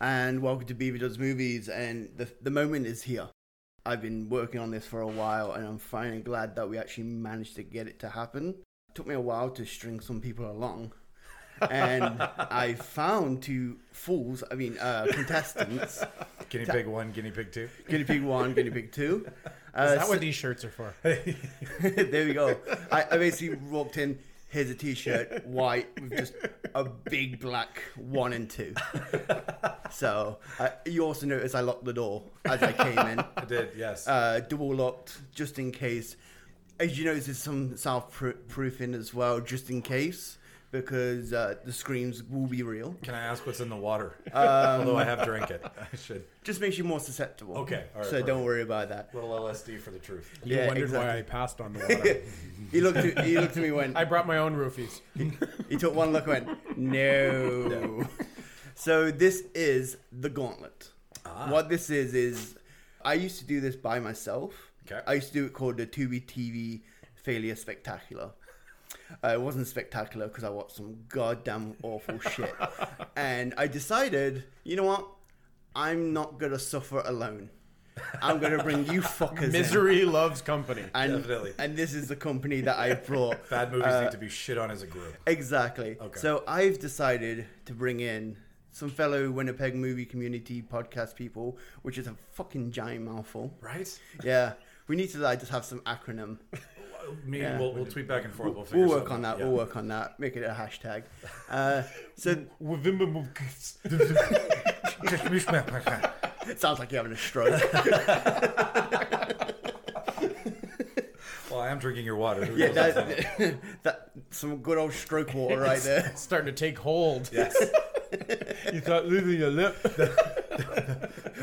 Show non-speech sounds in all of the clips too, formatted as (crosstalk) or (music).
and welcome to Beaver Does Movies. And the, the moment is here. I've been working on this for a while, and I'm finally glad that we actually managed to get it to happen. It took me a while to string some people along, (laughs) and I found two fools, I mean, uh, contestants Guinea pig one, guinea pig two. guinea pig one, guinea pig two. Is Uh, that what these shirts (laughs) are for? (laughs) there we go. I, I basically walked in. Here's a T-shirt, white with just a big black one and two. So I, you also notice I locked the door as I came (laughs) in, I did, yes. uh, double locked just in case. As you notice, there's some self-proofing as well, just in case, because uh, the screams will be real. Can I ask what's in (laughs) the water? (laughs) Although I Um, have drank it. I should. Just makes you more susceptible. Okay, all right, so perfect. don't worry about that. Little LSD for the truth. You Yeah, wondered why exactly. I passed on the water. He looked. At, he looked at me. Went. I brought my own roofies. He took one look and went, no. so this is the gauntlet. Ah. What this is is I used to do this by myself. Okay. I used to do it called the 2B TV Failure Spectacular. Uh, it wasn't spectacular because I watched some goddamn awful (laughs) shit. And I decided, you know what? I'm not going to suffer alone. I'm going to bring you fuckers in. Misery loves company. And, Definitely. And this is the company that I brought. (laughs) Bad movies Uh, need to be shit on as a group. Exactly. Okay. So I've decided to bring in some fellow Winnipeg movie community podcast people, which is a fucking giant mouthful. Right? Yeah. We need to like just have some acronym. Me, we'll, we'll tweet back and forth. (laughs) We'll, figure We'll work something on that. out. We'll work on that. Make it a (laughs) hashtag. Uh, so Yeah. it sounds like you're having a stroke. (laughs) (laughs) well, I am drinking your water. Who yeah, knows (laughs) what's in it? that, that some good old stroke water right there. It's (laughs) starting to take hold. Yes. You thought losing your lip.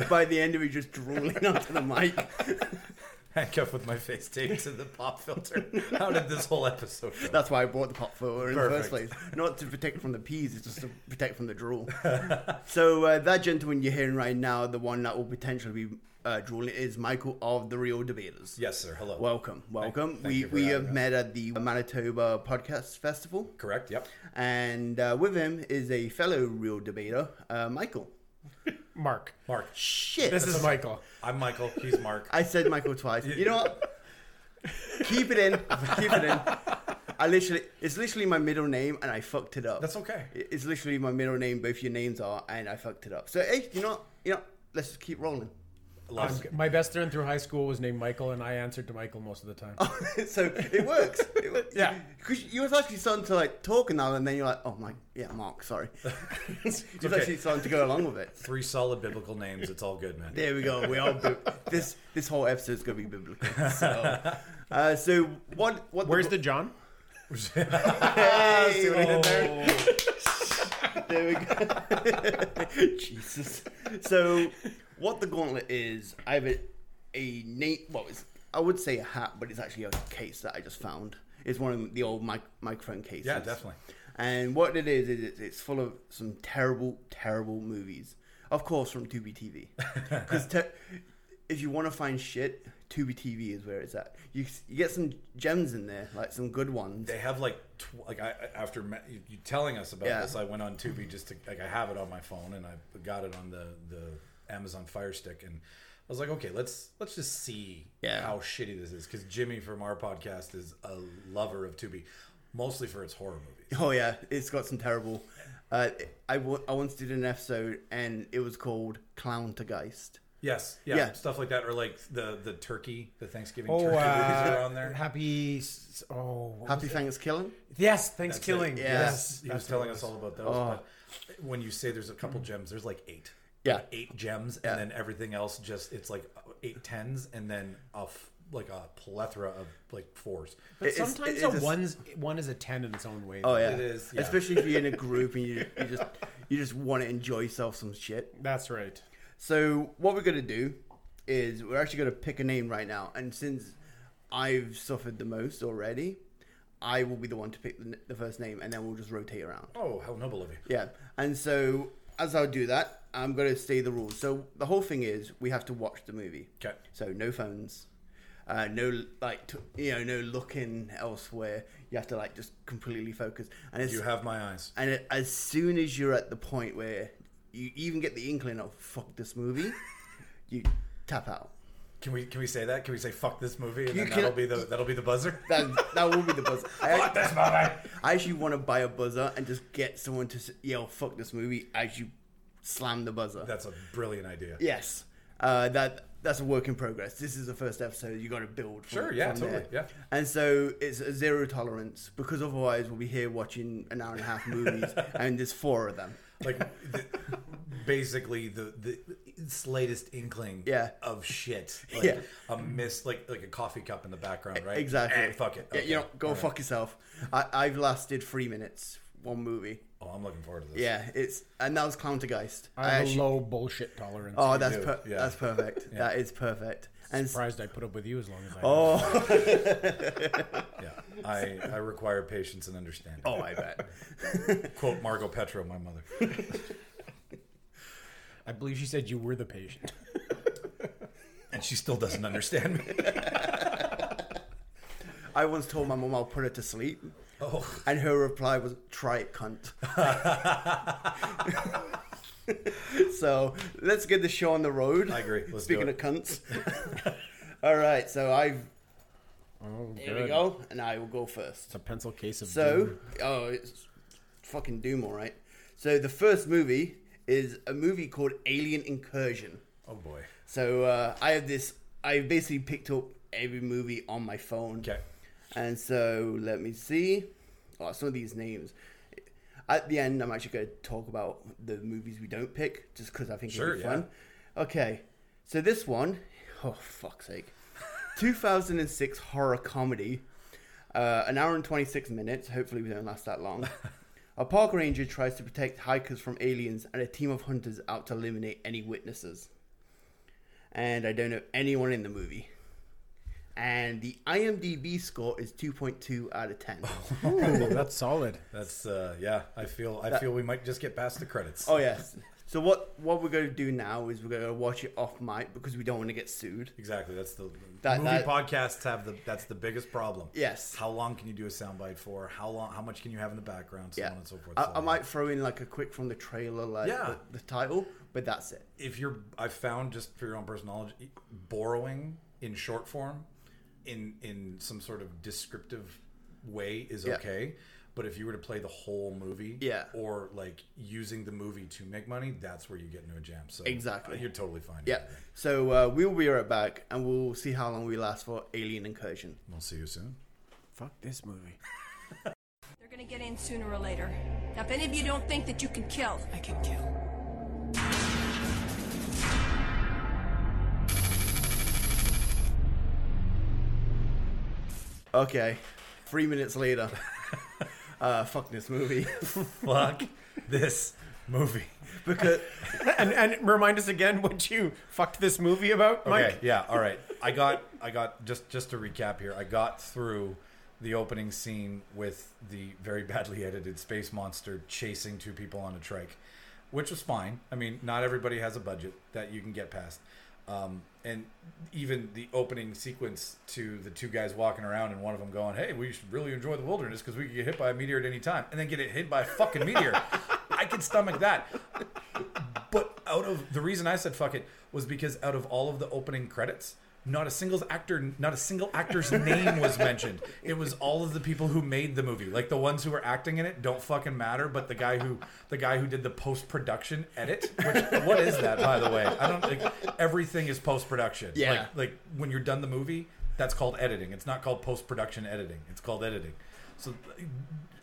By the end of it, just drooling (laughs) onto the mic. Handcuffed with my face taped to the pop filter. How did this whole episode go? That's why I bought the pop filter in the first place. Perfect. Not to protect from the peas, it's just to protect from the (laughs) drool. so uh, that gentleman you're hearing right now, the one that will potentially be uh, drooling, is Michael of the Real Debaters. yes, sir. Hello. Welcome, welcome. thank we you for we having have us. met at the Manitoba Podcast Festival, Correct. Yep. and uh, with him is a fellow real debater, uh, Michael. Mark. Mark. Shit, This is Michael. I'm Michael. He's Mark. I said Michael twice. You know (laughs) what? Keep it in. Keep it in. I literally, it's literally my middle name, and I fucked it up. That's okay. (laughs) It- It's literally my middle name. Both your names are, and I fucked it up. So hey, you know, what? you know, let's just keep rolling. (laughs) Love- My best friend through high school was named Michael, and I answered to Michael most of the time. Oh. so it works. It works. Yeah. because you was actually starting to like talk and all, and then you're like, oh my, yeah, Mark, (laughs) sorry. you was okay. actually starting to go along with it. Three solid biblical names. It's all good, man. There we go. We all bu- this this whole episode's gonna be biblical. So, (laughs) uh, so what what Where's the John? hey, Oh. (laughs) There we go. (laughs) Jesus. So, what the gauntlet is, I have a, a Nate. Well, it's, I would say a hat, but it's actually a case that I just found. It's one of the old mic- microphone cases. Yeah, definitely. And what it is is it's, it's full of some terrible, terrible movies. Of course, from Tubi (laughs) TV. Because if you want to find shit, Tubi TV is where it's at. You you get some gems in there, like some good ones. They have like tw- like I I- after me- you, you telling us about Yeah. this, I went on Tubi just to like I have it on my phone and I got it on the the Amazon Fire Stick and I was like, okay, let's let's just see Yeah. how shitty this is because Jimmy from our podcast is a lover of Tubi, mostly for its horror movies. Oh yeah, it's got some terrible. Uh, I, wa- I once did an episode and it was called Clown to Geist. Yes, yeah, Yeah. stuff like that, or like the the turkey, the Thanksgiving Oh, turkey movies uh, are on there. Happy. s- Oh. what Happy was it? Thanksgiving. Yes, thanks killing. it, yeah. Yes. He was that's what telling it us was. all about those. But when you say there's a couple gems, there's like eight. Yeah. eight gems, and then everything else just it's like uh, eight tens, and then a f- like a plethora of like fours. But It's- sometimes it's a just- one's one is a ten in its own way. Oh yeah. It is, yeah. Especially if you're (laughs) in a group and you, you just you just want to enjoy yourself some shit. That's right. So what we're gonna do is we're actually gonna pick a name right now, and since I've suffered the most already, I will be the one to pick the, n- the first name, and then we'll just rotate around. Oh, how noble of you! Yeah. And so as I do that, I'm going to say the rules. So the whole thing is we have to watch the movie. Okay. So no phones. Uh, no, like t- you know, no looking elsewhere. You have to like just completely focus, and it's You have my eyes. and it, as soon as you're at the point where you even get the inkling of fuck this movie, you tap out. Can we can we say that? Can we say fuck this movie? And You then can- that'll be the that'll be the buzzer. That that will be the buzzer. (laughs) fuck I, this movie. I actually want to buy a buzzer and just get someone to s- yell "fuck this movie" as you slam the buzzer. That's a brilliant idea. yes, uh, that that's a work in progress. This is the first episode. You got to build. From, Sure, yeah, from totally, there. yeah. And so it's a zero tolerance because otherwise we'll be here watching an hour and a half movies, (laughs) and there's four of them. Like the, basically the the slightest inkling Yeah. of shit. (laughs) Like Yeah. a miss like like a coffee cup in the background, right? Exactly. Eh, fuck it. Yeah, Okay. you know, go All right. fuck yourself. I, I've lasted three minutes, one movie. Oh, I'm looking forward to this. Yeah, it's and that was Clowntergeist. I have a low bullshit tolerance. oh, that's do, per- (laughs) yeah. that's perfect. That is perfect. And s- surprised I put up with you as long as I. oh, Yeah. I, I require patience and understanding. oh, I bet. Quote Margot Petro, my mother. I believe she said you were the (laughs) patient. And she still doesn't understand me. (laughs) (laughs) I once told my mum I'll put her to sleep, Oh. and her reply was "Try it, (laughs) cunt." so let's get the show on the road. I agree. Let's Speaking do of it. cunts. (laughs) All right, so I've Oh, here we go, and I will go first. It's a pencil case of So, doom. oh, it's fucking Doom, all right. So the first movie is a movie called Alien Incursion. Oh boy. So uh, I have this. I basically picked up every movie on my phone. Okay. And so let me see. Oh, some of these names. At the end, I'm actually going to talk about the movies we don't pick, just because I think Sure, it'll be yeah. fun. Okay. So this one, oh fuck's (laughs) sake, 2006 horror comedy, uh, an hour and 26 minutes. Hopefully, we don't last that (laughs) long. A park ranger tries to protect hikers from aliens, and a team of hunters out to eliminate any witnesses. And I don't know anyone in the movie. And the IMDb score is 2.2 out of 10. (laughs) Oh. Ooh, Oh, that's solid. That's uh yeah, I feel I feel we might just get past the credits. oh yes. So what what we're going to do now is we're going to watch it off mic because we don't want to get sued. Exactly. That's the That- movie that- podcasts have the that's the biggest problem. Yes. How long can you do a soundbite for? How long? How much can you have in the background? So Yeah. on and so forth. I, so I on. might throw in like a quick from the trailer, like Yeah. the, the title, but that's it. If you're, I found just for your own personal knowledge, e- borrowing in short form, in in some sort of descriptive way is Yeah. okay. But if you were to play the whole movie, Yeah. or like using the movie to make money, that's where you get into a jam. So Exactly. you're totally fine. Yeah. So uh, we'll be right back, and we'll see how long we last for Alien Incursion. we'll see you soon. Fuck this movie. They're gonna get in sooner or later. Now, if any of you don't think that you can kill, I can kill. Okay. Three minutes (laughs) later. uh, fuck this movie. (laughs) Fuck (laughs) this movie. because (laughs) and and remind us again what you fucked this movie about, Mike. Okay, yeah, all right. I got I got just just to recap here. I got through the opening scene with the very badly edited space monster chasing two people on a trike, which was fine. I mean, not everybody has a budget that you can get past. Um, and even the opening sequence to the two guys walking around and one of them going, "Hey, we should really enjoy the wilderness because we could get hit by a meteor at any time," and then get hit by a fucking meteor. I can stomach that. But out of the reason I said fuck it was because out of all of the opening credits, not a single actor, not a single actor's name was mentioned. It was all of the people who made the movie, like the ones who were acting in it don't fucking matter. But the guy who, the guy who did the post production edit, which what is that by the way? I don't like everything is post production. Yeah. like, like when you're done the movie, that's called editing. It's not called post production editing. It's called editing. So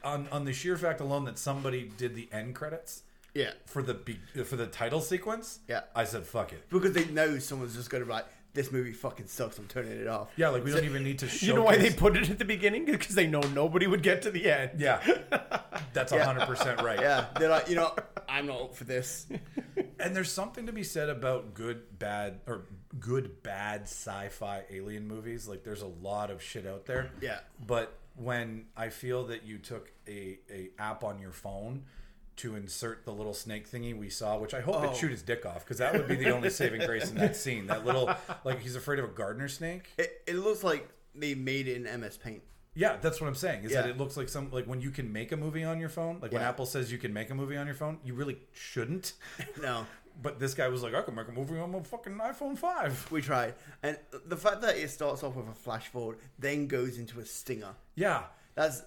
on on the sheer fact alone that somebody did the end credits, yeah, for the be- for the title sequence, Yeah. I said fuck it. because they know someone's just going to be like, this movie fucking sucks. I'm turning it off. Yeah, like we don't even need to. Showcase. (laughs) You know why they put it at the beginning? Because they know nobody would get to the end. (laughs) Yeah, (laughs) that's hundred percent right. Yeah, they're like, you know, I'm not up for this. and there's something to be said about good, bad, or good bad sci-fi alien movies. Like there's a lot of shit out there. Yeah. but when I feel that you took a a app on your phone. To insert the little snake thingy we saw, which I hope Oh. it shoot his dick off, because that would be the only saving grace in (laughs) that scene. That little, like he's afraid of a gardener snake. It, it looks like they made it in MS Paint. Yeah, that's what I'm saying. Is that Yeah. it looks like some like when you can make a movie on your phone, like when Yeah. Apple says you can make a movie on your phone, you really (laughs) shouldn't. No, But this guy was like, I can make a movie on my fucking iPhone five. we tried, and the fact that it starts off with a flash forward, then goes into a stinger. Yeah, That's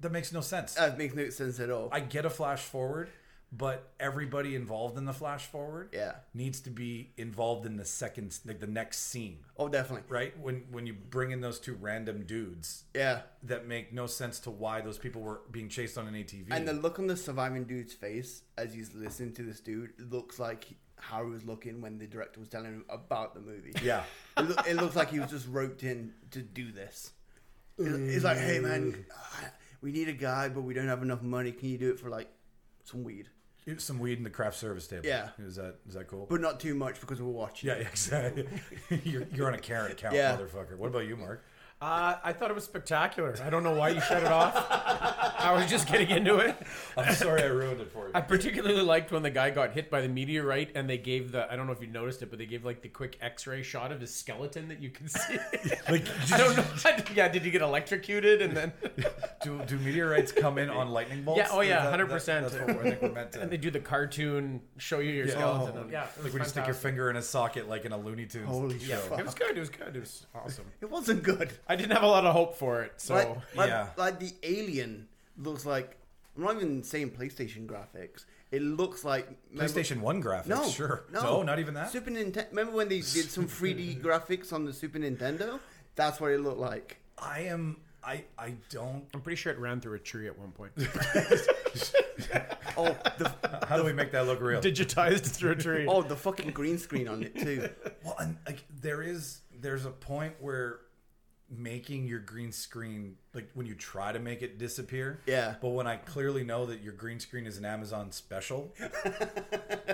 that makes no sense. that makes no sense at all. I get a flash forward, but everybody involved in the flash forward Yeah. needs to be involved in the second like the next scene, oh, definitely. right? When when you bring in those two random dudes Yeah, that make no sense to why those people were being chased on an ATV. and the look on the surviving dude's face as he's listening to this dude looks like how he was looking when the director was telling him about the movie. yeah. it, loo- it looks like he was just roped in to do this. It- It's like, hey Mm. man, uh, we need a guy, but we don't have enough money. Can you do it for like some weed, It was Some weed in the craft service table. Yeah. Is that is that cool? but not too much because we're watching. yeah, (laughs) yeah, exactly. you're, you're on a carrot count, Yeah. motherfucker. What about you, Mark? Uh, I thought it was spectacular. I don't know why you shut it off. (laughs) I was just getting into it. I'm sorry I ruined it for you. I particularly liked when the guy got hit by the meteorite and they gave the I don't know if you noticed it, but they gave like the quick X-ray shot of his skeleton that you can see. (laughs) Like, (laughs) I don't know. (laughs) yeah, did you get electrocuted and then (laughs) do, do meteorites come in on lightning bolts? Yeah, oh Is yeah, that- 100%. That's what I think we're meant to. (laughs) and they do the cartoon show you your Yeah. skeleton? Oh. yeah, it like was when you stick your fantastic. finger in a socket, like in a Looney Tunes Holy show. fuck. It was good. It was good. It was (laughs) awesome. it wasn't good. I didn't have a lot of hope for it, so like, like, Yeah. like the alien looks like. I'm not even saying PlayStation graphics. It looks like PlayStation One graphics, No, sure. no, not even that. Super Nintendo. Remember when they did some (laughs) 3D graphics on the Super Nintendo? That's what it looked like. I am. I I don't. I'm pretty sure it ran through a tree at (laughs) one point. (laughs) Oh, the How do we make that look real? Digitized through a tree. oh, the fucking green screen on it too. Well, and like there is there's a point where making your green screen like when you try to make it disappear. Yeah. But when I clearly know that your green screen is an (laughs) Amazon special,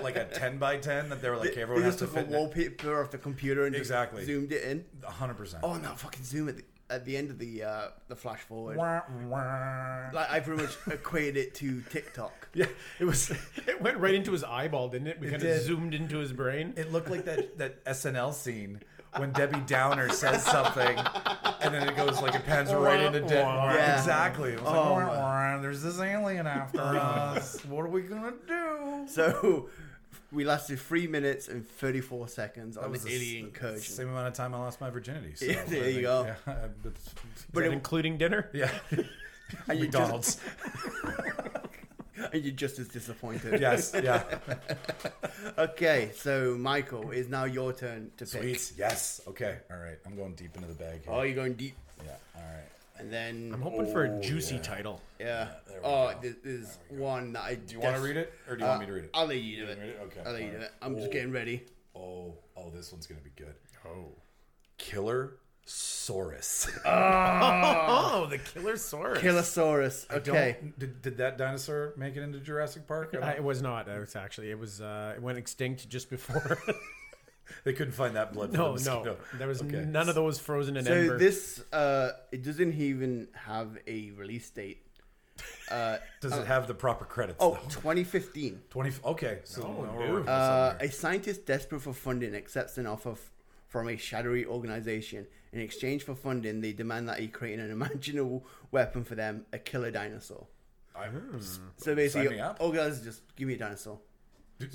like a ten by ten that they were like, hey, They everyone has just took to a fit in it." wallpaper off the computer and Exactly. just zoomed it in. a hundred percent. Oh no, fucking zoom at the, at the end of the uh, the flash forward. Wah, wah. Like I pretty much equated it to TikTok. Yeah, it was. (laughs) It went right into his eyeball, didn't it? We kind did. of zoomed into his brain. It looked like that that SNL scene when Debbie Downer says something, and then it goes like it pans right into Dead. Yeah. Exactly. It was like, Oh, "Wah, wah, there's this (laughs) alien after us. What are we gonna do? So (laughs) we lasted three minutes and thirty four seconds on was the the s- alien incursion. Same amount of time I lost my virginity. So Yeah, (laughs) there I you think- go. Yeah, (laughs) uh, it's- But it, including dinner? (laughs) yeah. (laughs) (laughs) and you're just, McDonald's. and you're just as disappointed. (laughs) yes. (laughs) Yeah. Okay, so Michael, it's now your turn to pick. Sweet. Yes. Okay. All right. I'm going deep into the bag. Here. Oh, you're going deep, Yeah. All right. and then I'm hoping for Oh, a juicy yeah. title. yeah. there we Oh, go. there- there's one that I. Do you want to read it, or do you want me to read it? I'll let you do it. read it? Okay, I'll let you all do right. it. I'm just Oh. getting ready. Oh, oh, this one's gonna be good. Oh. Killer Saurus. (laughs) Oh, the killer sword. (laughs) Killosaurus. Okay. Did, did that dinosaur make it into Jurassic Park? I don't- I, it was not. It was actually. It was. Uh, it went extinct just before. (laughs) they couldn't find that blood. for the no, no. mosquito. There was Okay. none of those frozen in So ember. this uh, it doesn't even have a release date. Uh, Does it have the proper credits? oh, though? 2015. 20. Okay, so No, now dude. we're working with Uh, something a scientist desperate for funding accepts an offer f- from a shadowy organization. In exchange for funding, they demand that he create an (laughs) imaginable weapon for them, a killer dinosaur. Uh, Hmm. here. So me basically, up. organizers just give me a dinosaur. I,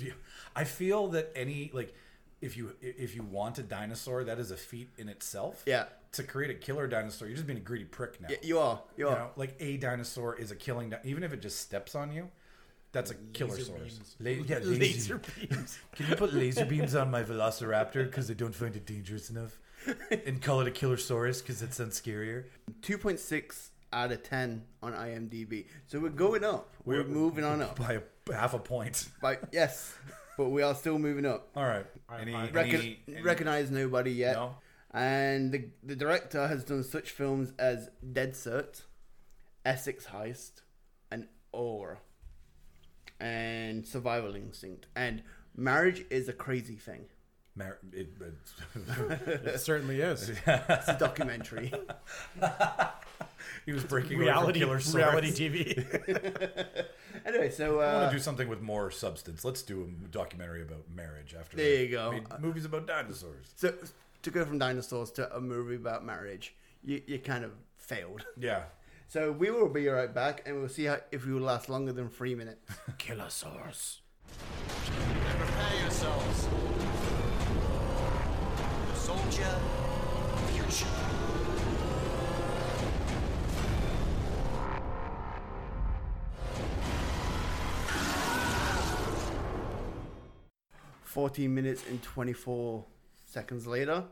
(laughs) I feel that any like if you if you want a dinosaur, that is a feat in itself. Yeah. To create a killer dinosaur, you're just being a greedy prick now. Y- You are, you You are. know, like a dinosaur is a killing, di- even if it just steps on you, that's a killer source. La- yeah, laser beams. (laughs) Can you put laser beams on my velociraptor because I don't find it (laughs) dangerous enough? And call it a killer saurus because it sounds scarier? 2.6 out of 10 on IMDb. So we're going up. We're, moving on (laughs) up. By a, half a point. But yes, but we are still moving up. All right. Any, I- Recon- any- recognize nobody yet. No. And the, the director has done such films as Dead Cert, Essex Heist, and Aura, and Survival Instinct, and Marriage is a Crazy Thing. Mar- it- uh, it's- It certainly (laughs) is. It's a (laughs) documentary. he was breaking reality. reality. (laughs) Killer saurus. Reality (laughs) TV. anyway, so I want uh, to do something with more substance. Let's do a documentary about marriage after. There I you go. made movies about dinosaurs. so to go from dinosaurs to a movie about marriage, you, you kind of failed. (laughs) Yeah. So we will be right back, and we'll see how, if we will last longer than three minutes. Killer source. Prepare yourselves. Soldier, future. Fourteen minutes and twenty-four seconds later,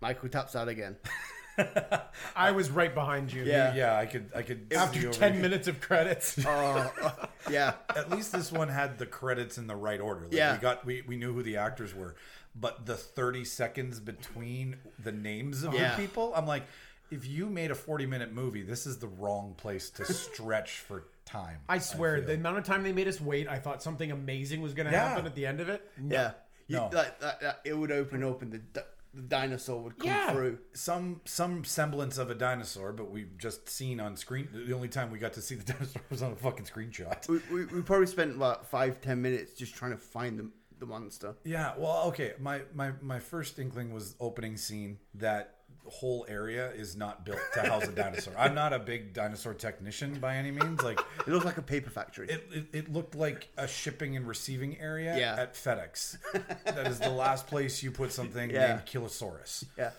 Michael taps out again. (laughs) I was right behind you. Yeah. Yeah, I could I could see After over ten you. minutes of (laughs) credits. Oh, yeah. At least this one had the credits in the right order. Like, Yeah. we got we, we knew who the actors were, but the thirty seconds between the names of Yeah. the people, I'm like, if you made a forty minute movie, this is the wrong place to stretch for time. I swear, feel. the amount of time they made us wait, I thought something amazing was going to Yeah. happen at the end of it. Yeah. You, No. like, that, that, it would open up and the, di- the dinosaur would come Yeah. through. some some semblance of a dinosaur, but we've just seen on screen. The only time we got to see the (laughs) dinosaur was on a fucking screenshot. We, we, we probably spent about five, ten minutes just trying to find the, the monster. Yeah, well, okay. My my my first inkling was opening scene that whole area is not built to house a dinosaur. I'm not a big dinosaur technician by any means. Like It looks like a paper factory. it, it, it looked like a shipping and receiving area Yeah. at FedEx. that is the last place you put something Yeah. named Kilosaurus. yeah.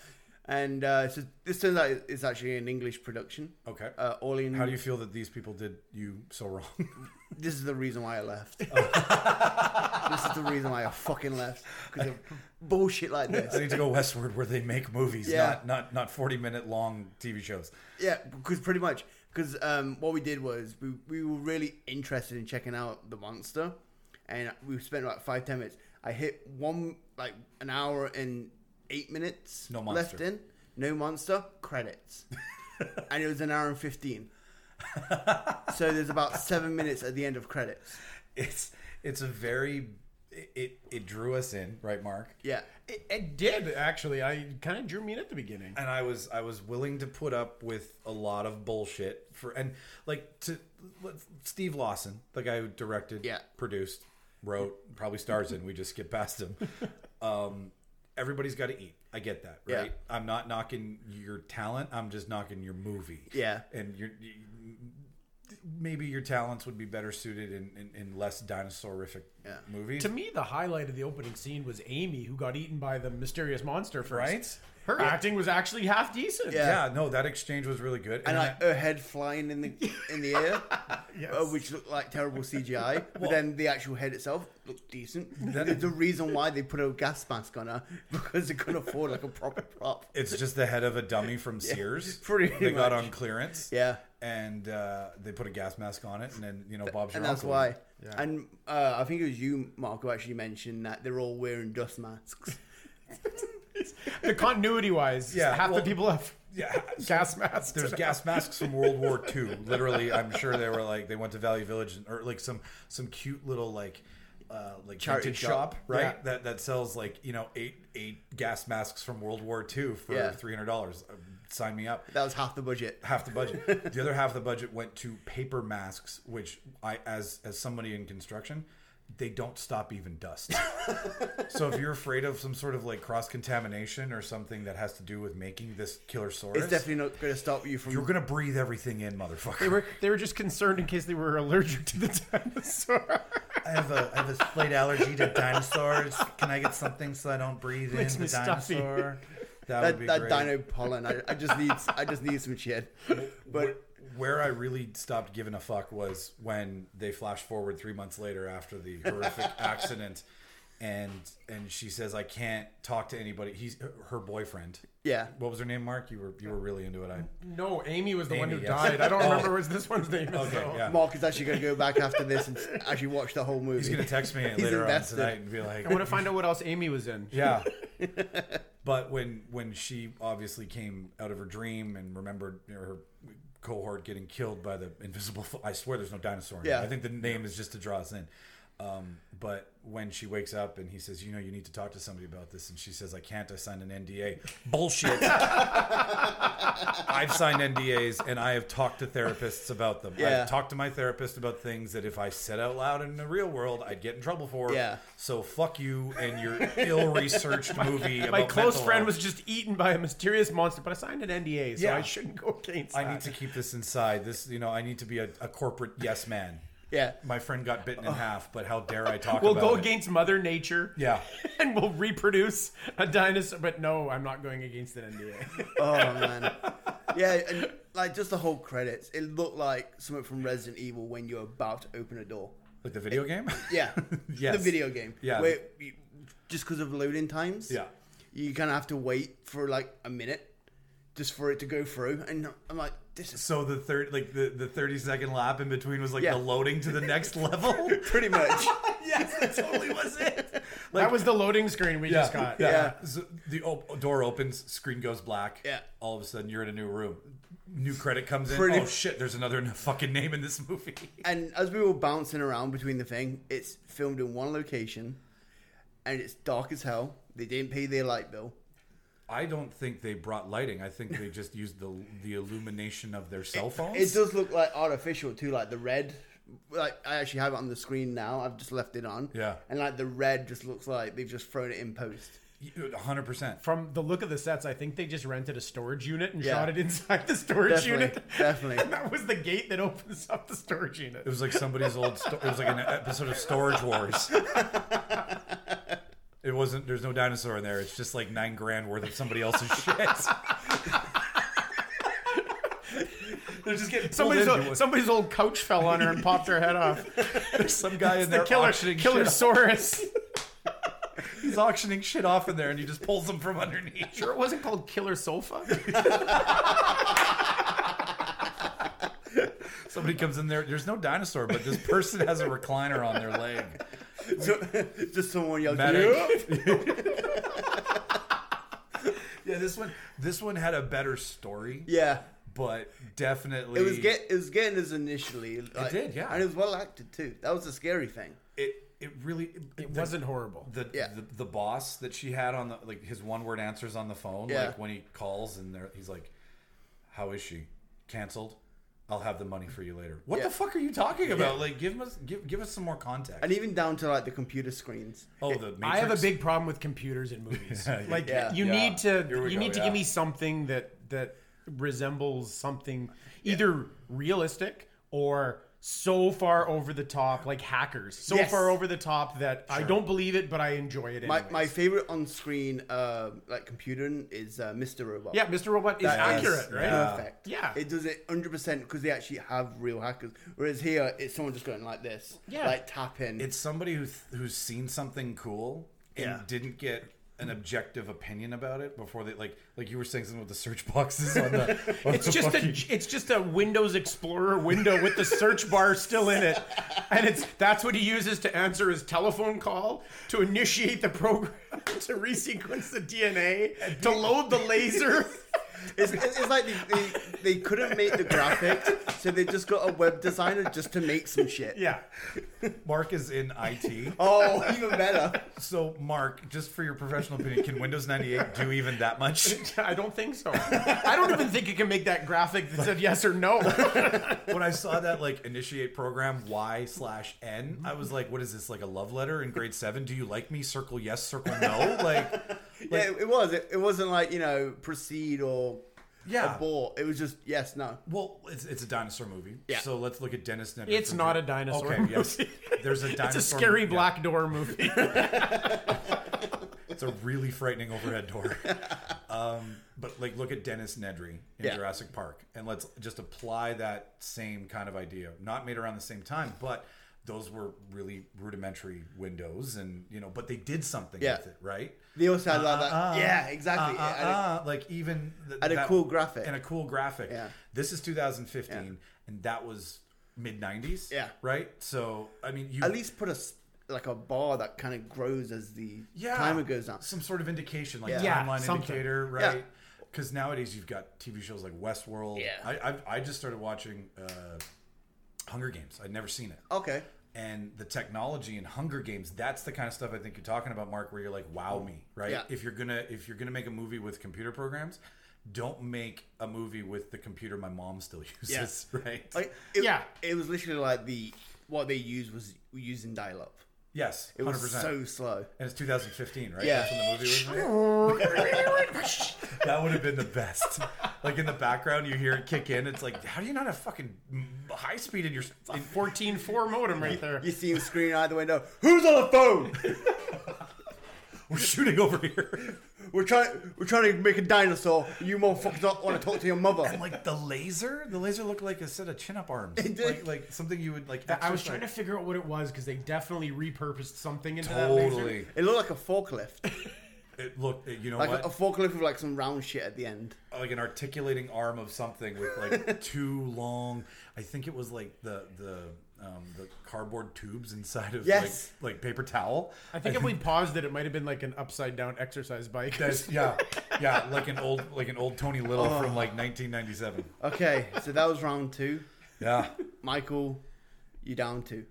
And uh, so this turns out it's actually an English production. Okay. Uh, all in. How do you feel that these people did you so wrong? (laughs) This is the reason why I left. (laughs) Oh. this is the reason why I fucking left because (laughs) of bullshit like I this. need to go westward where they make movies, Yeah. not not not forty minute long TV shows. Yeah, because pretty much because um, what we did was we, we were really interested in checking out the monster, and we spent about five ten minutes. I hit one like an hour and eight minutes No left monster. in no monster credits, (laughs) and it was an hour and fifteen. so there's about seven minutes at the end of credits. It's it's a very it it, it drew us in, right, Mark? Yeah, It, it did actually. I kind of drew me in at the beginning. and I was I was willing to put up with a lot of bullshit for and like to Steve Lawson, the guy who directed, Yeah. produced, wrote, probably stars in. We just skip past (laughs) him. Um, everybody's got to eat. I get that, Yeah. right? I'm not knocking your talent. I'm just knocking your movie. Yeah. and your maybe your talents would be better suited in in, in less dinosaurific Yeah. movies. To me, the highlight of the opening scene was Amy, who got eaten by the mysterious monster first. Right? Her acting was actually half decent. Yeah. yeah, no, that exchange was really good. and then- like her head flying in the in the (laughs) air, uh, which looked like terrible CGI. but then the actual head itself looked decent. That- There's a reason why they put a gas mask on her (laughs) because they couldn't afford like a proper prop. It's (laughs) just the head of a dummy from Sears. pretty They got much. on clearance. Yeah. And uh, they put a gas mask on it, and then you know Bob's your and that's uncle. why. And uh, I think it was you, Mark, who actually mentioned that they're all wearing dust masks. The continuity wise, Yeah, half well- the people have (laughs) Yeah. (laughs) gas masks. There's gas masks from World War II. Literally, I'm sure they were like they went to Valley Village and, or like some some cute little like uh, like Charity vintage shop. shop, right? Yeah. That that sells like you know eight eight gas masks from World War II for Yeah. three hundred dollars. Uh, Sign me up. that was half the budget. half the budget. the other half of the budget went to paper masks, which I, as as somebody in construction, they don't stop even dust. so if you're afraid of some sort of like cross contamination or something that has to do with making this killer source, It's definitely not going to stop you from. you're gonna breathe everything in, motherfucker. They were, they were just concerned in case they were allergic to the (laughs) dinosaur. I have a I have a slight allergy to dinosaurs. Can I get something so I don't breathe Makes me stuffy. That, that that dino pollen. I, I just need. I just need some (laughs) shit. But where I really stopped giving a fuck was when they flash forward three months later (laughs) after the horrific accident, and and she says, "I can't talk to anybody." He's her boyfriend. yeah, What was her name, Mark? You were you were really into it. I no, Amy was the one who Amy, yes. died. I don't Oh. remember what this one's name. is, okay, though. yeah. Mark is actually going to go back after this and actually watch the whole movie. He's gonna text me (laughs) He's later on invested. tonight and be like, I want to find out what else Amy was in. Yeah. (laughs) but when when she obviously came out of her dream and remembered you know, her cohort getting killed by the invisible, fo- I swear there's no dinosaur. In it. Yeah. I think the name is just to draw us in. Um, but when she wakes up and he says, "You know, you need to talk (laughs) to somebody about this," and she says, "I can't. I signed an NDA." Bullshit. I I've signed NDAs and I have talked to therapists about them. Yeah. I've talked to my therapist about things that if I said out loud in the real world, I'd get in trouble for. Yeah. So fuck you and your ill-researched movie. (laughs) My about close mental friend health. was just eaten by a mysterious monster, but I signed an NDA, so Yeah. I shouldn't go against I that. need to keep this inside. This, you know, I need to be a, a corporate yes man. Yeah. My friend got bitten in half, but how dare I talk We'll about go it? against Mother Nature. Yeah. (laughs) And we'll reproduce a dinosaur, but no, I'm not going against an NDA. Oh man. (laughs) Yeah, and like just the whole credits, it looked like something from Resident Evil when you're about to open a door. Like the video game? (laughs) Yeah. Yes. The video game. Yeah. Where you, just because of loading times. Yeah. You kind of have to wait for like a minute just for it to go through, and I'm like, this is So the third, like the, the thirty second lap in between was like Yeah. the loading to the next (laughs) (laughs) level. pretty much. yes, that totally was it. Like, that was the loading screen we just got. Yeah. Yeah. So the op- door opens, screen goes black. Yeah. All of a sudden, you're in a new room. New credit comes in. Pretty- oh shit! There's another (laughs) fucking name in this movie. and as we were bouncing around between the thing, it's filmed in one location, and it's dark as hell. They didn't pay their light bill. I don't think they brought lighting. I think they just used the the illumination of their cell phones. It does look like artificial too, like the red. Like I actually have it on the screen now. I've just left it on. Yeah. And like the red just looks like they've just thrown it in (laughs) post. 100. percent From the look of the sets, I think they just rented a storage unit and Yeah. shot it inside the storage Definitely, unit. definitely. (laughs) and that was the gate that opens up the storage unit. It was like somebody's old. Sto- it was like an episode of Storage Wars. It wasn't. There's no dinosaur in there. It's just like nine grand worth of somebody else's (laughs) shit. They're just getting pulled Somebody's into old, it. somebody's old couch fell on her and popped her (laughs) head off. There's some guy in The there killer, auctioning killer shit. off. (laughs) Saurus. He's auctioning shit off in there, and he just pulls them from underneath. Sure, it wasn't called Killer Sofa. Somebody comes in there. There's no dinosaur, but this person has a recliner on their leg. So, (laughs) just someone yelled, Medic. (laughs) "Yep." Yeah, this one. This one had a better story, Yeah. but definitely It was get it was getting us initially. Like, did, yeah. And it was well acted too. That was the scary thing. it. It really. It wasn't horrible. the, Yeah. the the boss that she had on the like his one word answers on the phone Yeah. like when he calls and there he's like how is she canceled i'll have the money for you later what Yeah. the fuck are you talking about like give us give, give us some more context And even down to like the computer screens. oh the Matrix? I have a big problem with computers in movies. Like Yeah. (laughs) you Yeah. need to Here we you go, need to yeah. give me something that that resembles something either realistic or so far over the top like hackers. So Yes. far over the top that I don't believe it but I enjoy it My anyway. my favorite on screen uh, like computer is uh, Mr. Robot. yeah, Mr. Robot is That accurate, is right? yeah. Perfect. Yeah. It does it 100% because they actually have real hackers. Whereas here, it's someone just going like this. Yeah. Like tapping. it's somebody who th- who's seen something cool and Yeah. didn't get an objective opinion about it before they like like you were saying something with the search boxes on the on (laughs) It's the just fucking- a it's just a Windows Explorer window with the search bar still in it, and it's that's what he uses to answer his telephone call, to initiate the program, (laughs) to resequence the DNA, to load the (laughs) laser. It's, it's, it's like they, they, they couldn't make the graphics, so they just got a web designer just to make some shit. Yeah, (laughs) mark is in it (laughs) Oh, even better. So, Mark, just for your professional opinion, can Windows 98 do even (laughs) that much? I don't think so. I don't even think it can make that graphic that said yes or no. When I saw that, like, initiate program Y slash N, I was like, what is this, like a love letter in grade seven? Do you like me? Circle yes, circle no? (laughs) Like, Yeah, it, it was. It, it wasn't like, you know, proceed or Yeah. abort. It was just, yes, no. well, it's, it's a dinosaur movie. Yeah. So let's look at Dennis Nedry. It's from- not a dinosaur. Okay, yes. There's a dinosaur. (laughs) It's a scary yeah. black door movie. It's a really frightening overhead door. (laughs) Um, but like, look at Dennis Nedry in Yeah. Jurassic Park, and let's just apply that same kind of idea. Not made around the same time, but those were really rudimentary windows, and you know, but they did something Yeah. with it, right? They also had like that. Uh-huh. Uh, yeah, exactly. uh, uh, It had a- uh, like even th- and a cool graphic. and a cool graphic. Yeah. This is 2015, Yeah. and that was mid 90s. Yeah. right. So I mean, you at least put a s- like a bar that kind of grows as the yeah. timer goes on. Some sort of indication, like Yeah. Yeah, timeline something. indicator, Yeah. right? Because nowadays you've got TV shows like Westworld. Yeah. I, I've, I just started watching uh, Hunger Games. I'd never seen it. Okay. And the technology in Hunger Games, that's the kind of stuff I think you're talking about, Mark, where you're like, wow me, right? Yeah. If you're gonna if you're gonna make a movie with computer programs, don't make a movie with the computer my mom still (laughs) uses, right? Like, it, Yeah. it was literally like the what they used was using dial up. yes, It was 100%. so slow. and it's 2015, right? Yeah. That's when the movie was made. (laughs) that would have been the best. Like in the background, you hear it kick in. It's like, how do you not have fucking high speed in your? (laughs) In, 14.4 modem right there. You see him screaming out the window, "Who's on the phone? (laughs) we're shooting over here. We're trying, we're trying to make a dinosaur. You motherfuckers don't want to talk to your mother." And like the laser, the laser looked like a set of chin up arms. It did. Like, like something you would like. I was exercise. trying to figure out what it was because they definitely repurposed something into that laser. totally. It looked like a (laughs) forklift, It looked. You know like what? a, forklift with like some round shit at the end. like an articulating arm of something with (laughs) like two long. I think it was like the the um, the cardboard tubes inside of Yes. like, like paper towel. I think if we paused it, it might have been like an upside down exercise bike. That's, yeah, (laughs) yeah, like an old like an old Tony Little Oh. from like 1997. Okay, so that was round two. Yeah, Michael, you down two?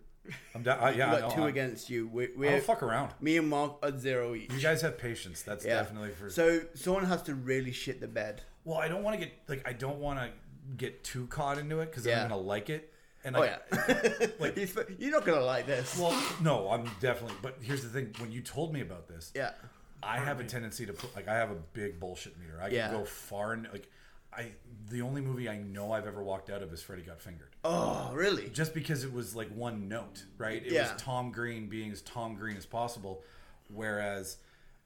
I'm down. I, yeah, I I got know, 2 I'm- against you. We, I we're don't fuck around. me and Mark at zero each. You guys have patience. That's Yeah. definitely for. So someone has to really shit the bed. well, I don't want to get like I don't want to get too caught into it because then Yeah. I'm gonna like it. And Oh (laughs) I, yeah, Like- You're sp- you're not gonna like this. well, no, I'm definitely. But here's the thing: when you told me about this, yeah, I have a tendency to put like I have a big bullshit meter. I can Yeah. go far and like I the only movie I know I've ever walked out of is Freddy Got Fingered. oh really? Just because it was like one note, right? It Yeah. was Tom Green being as Tom Green as possible. Whereas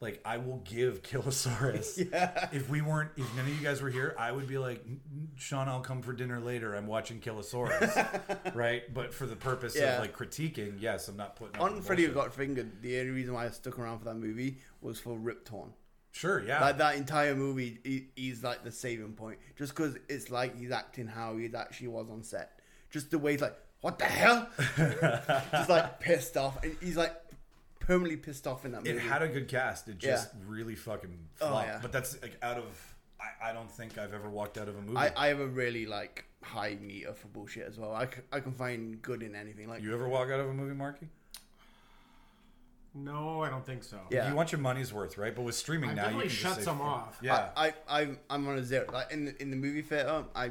like I will (laughs) give (laughs) Kilosaurus. If we weren't if none of you guys were here, I would be like Sean, I'll come for dinner later. I'm (laughs) watching Kilosaurus. right? But for the purpose Yeah. of like critiquing, yes, I'm not putting up On with Freddy bullshit. Got Fingered, the only reason why I stuck around for that movie was for Rip Torn. Sure, yeah. Like that entire movie, he, he's like the saving point, just because it's like he's acting how he actually was on set. Just the way he's like, "What the (laughs) hell?" just like pissed off, and he's like permanently pissed off in that movie. It had a good cast. It Yeah. Oh, just really fucking flopped. yeah. But that's like out of. I, I don't think I've ever walked out of a movie. I, I have a really like high meter for bullshit as well. I, c- I can find good in anything. Like you ever walk out of a movie, Marky? No, I don't think so. yeah, You want your money's worth, right? But with streaming I've now, you definitely can just shut say, some "Fuck off. it." Yeah, I, I I'm I'm on a zero. Like in the, in the movie theater, I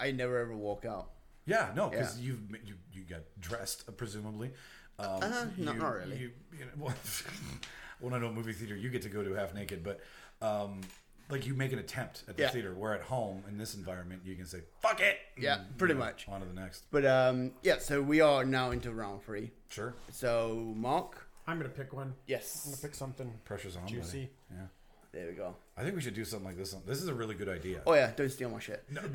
I never ever walk out. yeah, no, because Yeah. you've you you got dressed uh, presumably. Um, Uh, no- you- not really. You, you know, (laughs) well, when I know movie theater, you get to go to half naked, but um, like you make an attempt at the Yeah. theater. Where at home in this environment, you can say "fuck it." Yeah, and, pretty you know, much. On to the next. But um, yeah. So we are now into round three. Sure, So Mark, I'm going to pick one. I'm going yes, to pick something. pressure's on. buddy. Juicy. Yeah. there we go. I think we should do something like this. on- This is a really good idea. Oh yeah, don't steal my shit. No, no,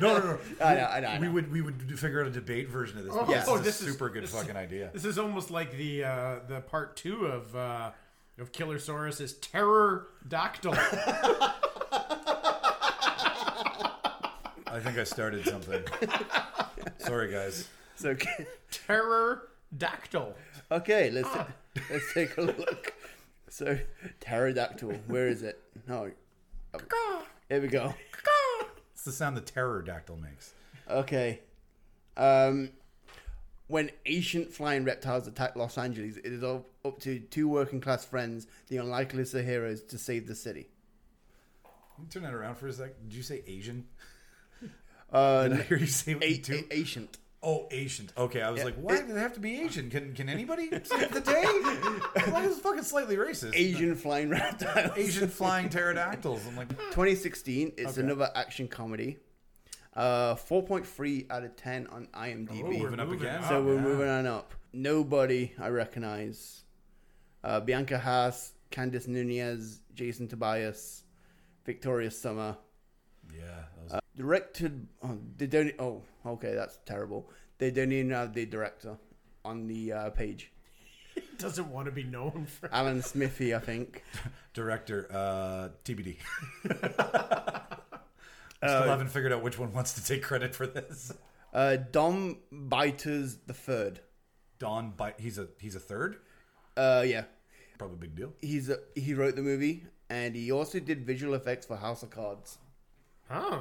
no. (laughs) I know, I know, I We know. would we would figure out a debate version of this. Oh, because yeah. this oh, is this a is- super good this- fucking idea. This is almost like the uh, the part two of uh, of Killer Saurus's Terror (laughs) Dactyl. I think I started (laughs) something. Sorry, guys. So okay, (laughs) Terror Dactyl. okay let's let's take a look. So pterodactyl, where is it? No, here we go. It's the sound the pterodactyl makes. Okay. Um, when ancient flying reptiles attack Los Angeles, it is up, up to two working class friends, the unlikeliest of heroes, to save the city. Can you Turn that around for a sec. Did you say Asian? Uh, Did I hear you say a- two? a- ancient. Oh, ancient. Okay, I was like, why did it have to be Asian? Can can anybody save (laughs) the day? Well, that was fucking slightly racist. Asian flying (laughs) reptiles. Asian flying pterodactyls. I'm like, (laughs) 2016. It's another action comedy. Uh, 4.3 out of 10 on we're IMDb. moving up moving again. up. so we're Yeah. moving on up. Nobody I recognize. Uh, Bianca Haas, Candice Nunez, Jason Tobias, Victoria Summer. Yeah. Uh, that was- directed. Oh, they don't. Oh, okay, that's terrible. They don't even have the director on the uh, page. Doesn't want to be known for. Alan Smithy, I think. director uh tbd (laughs) I still haven't figured out which one wants to take credit for this Uh, Dom Biters the third. don Bi- he's a he's a third Uh, yeah, probably a big deal he's a, he wrote the movie and he also did visual effects for House of Cards. (laughs) Huh.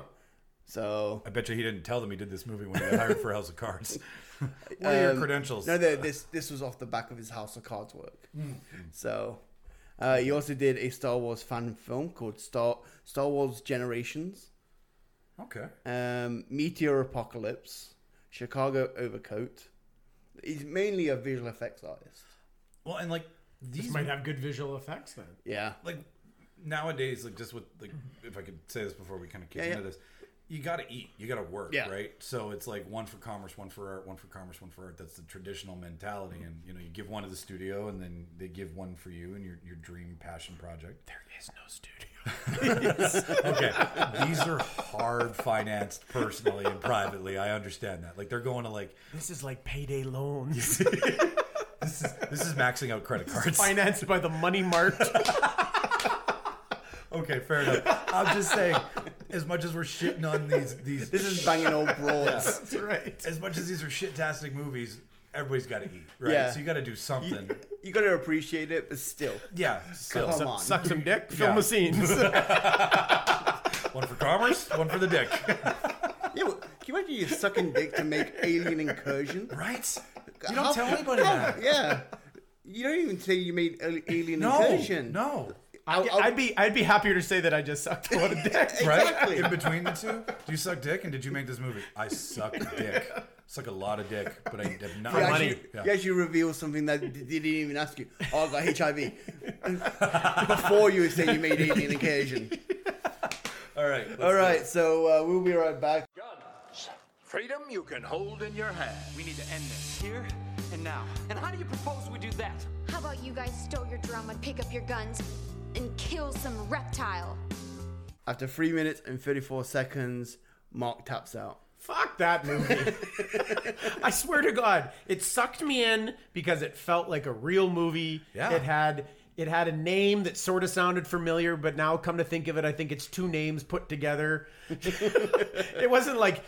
So i bet you he didn't tell them he did this movie when he got hired for house of (laughs) cards Um, what are your credentials no, the- this this was off the back of his House of Cards work. So, Uh, he also did a Star Wars fan film called Star Star Wars Generations, Okay. um, Meteor Apocalypse, Chicago Overcoat. He's mainly a visual effects artist. Well, and like These these might have good visual effects then. Yeah, like nowadays, like just with like if I could say this before we kind of kick Yeah, yeah. into this, you got to eat, you got to work, Yeah. right? So it's like one for commerce, one for art, one for commerce, one for art. That's the traditional mentality, and you know you give one to the studio, and then they give one for you and your your dream passion project. There is no (laughs) studio. okay, these are hard financed personally and privately. I understand that. Like they're going to like This is like payday loans this is this is maxing out credit cards. financed by the money mart. Okay, fair enough. I'm just saying, as much as we're shitting on these these this is banging old (laughs) broads. (laughs) That's right. as much as these are shit-tastic movies, everybody's got to eat, right? Yeah. So you got to do something. You got to appreciate it, but still, yeah. So Come on. Suck some dick, film a scene. (laughs) one for commerce, one for the dick, (laughs) yeah. well, Can you imagine you sucking dick to make Alien Incursion? right? You don't How- tell anybody how- that. Yeah, you don't even say you made Ali- Alien No, Incursion. no, I'll- I'll- I'd be I'd be happier to say that I just sucked a lot (laughs) of dick. right? Exactly. In between the two, do you suck dick and did you make this movie? I suck dick. Suck a lot of dick, but I have not. You money. actually, you actually reveal something that d- they didn't even ask you. Oh, (laughs) I got HIV. Before you say you made alien (laughs) occasion. All right. let's- All right, so uh, we'll be right back. Freedom you can hold in your hand. We need to end this here and now. And how do you propose we do that? How about you guys stow your drum and pick up your guns and kill some reptile? After three minutes and 34 seconds, Mark taps out. Fuck that movie. (laughs) I swear to God, it sucked me in because it felt like a real movie. Yeah. It had it had a name that sort of sounded familiar, but now come to think of it, I think it's two names put together. it wasn't like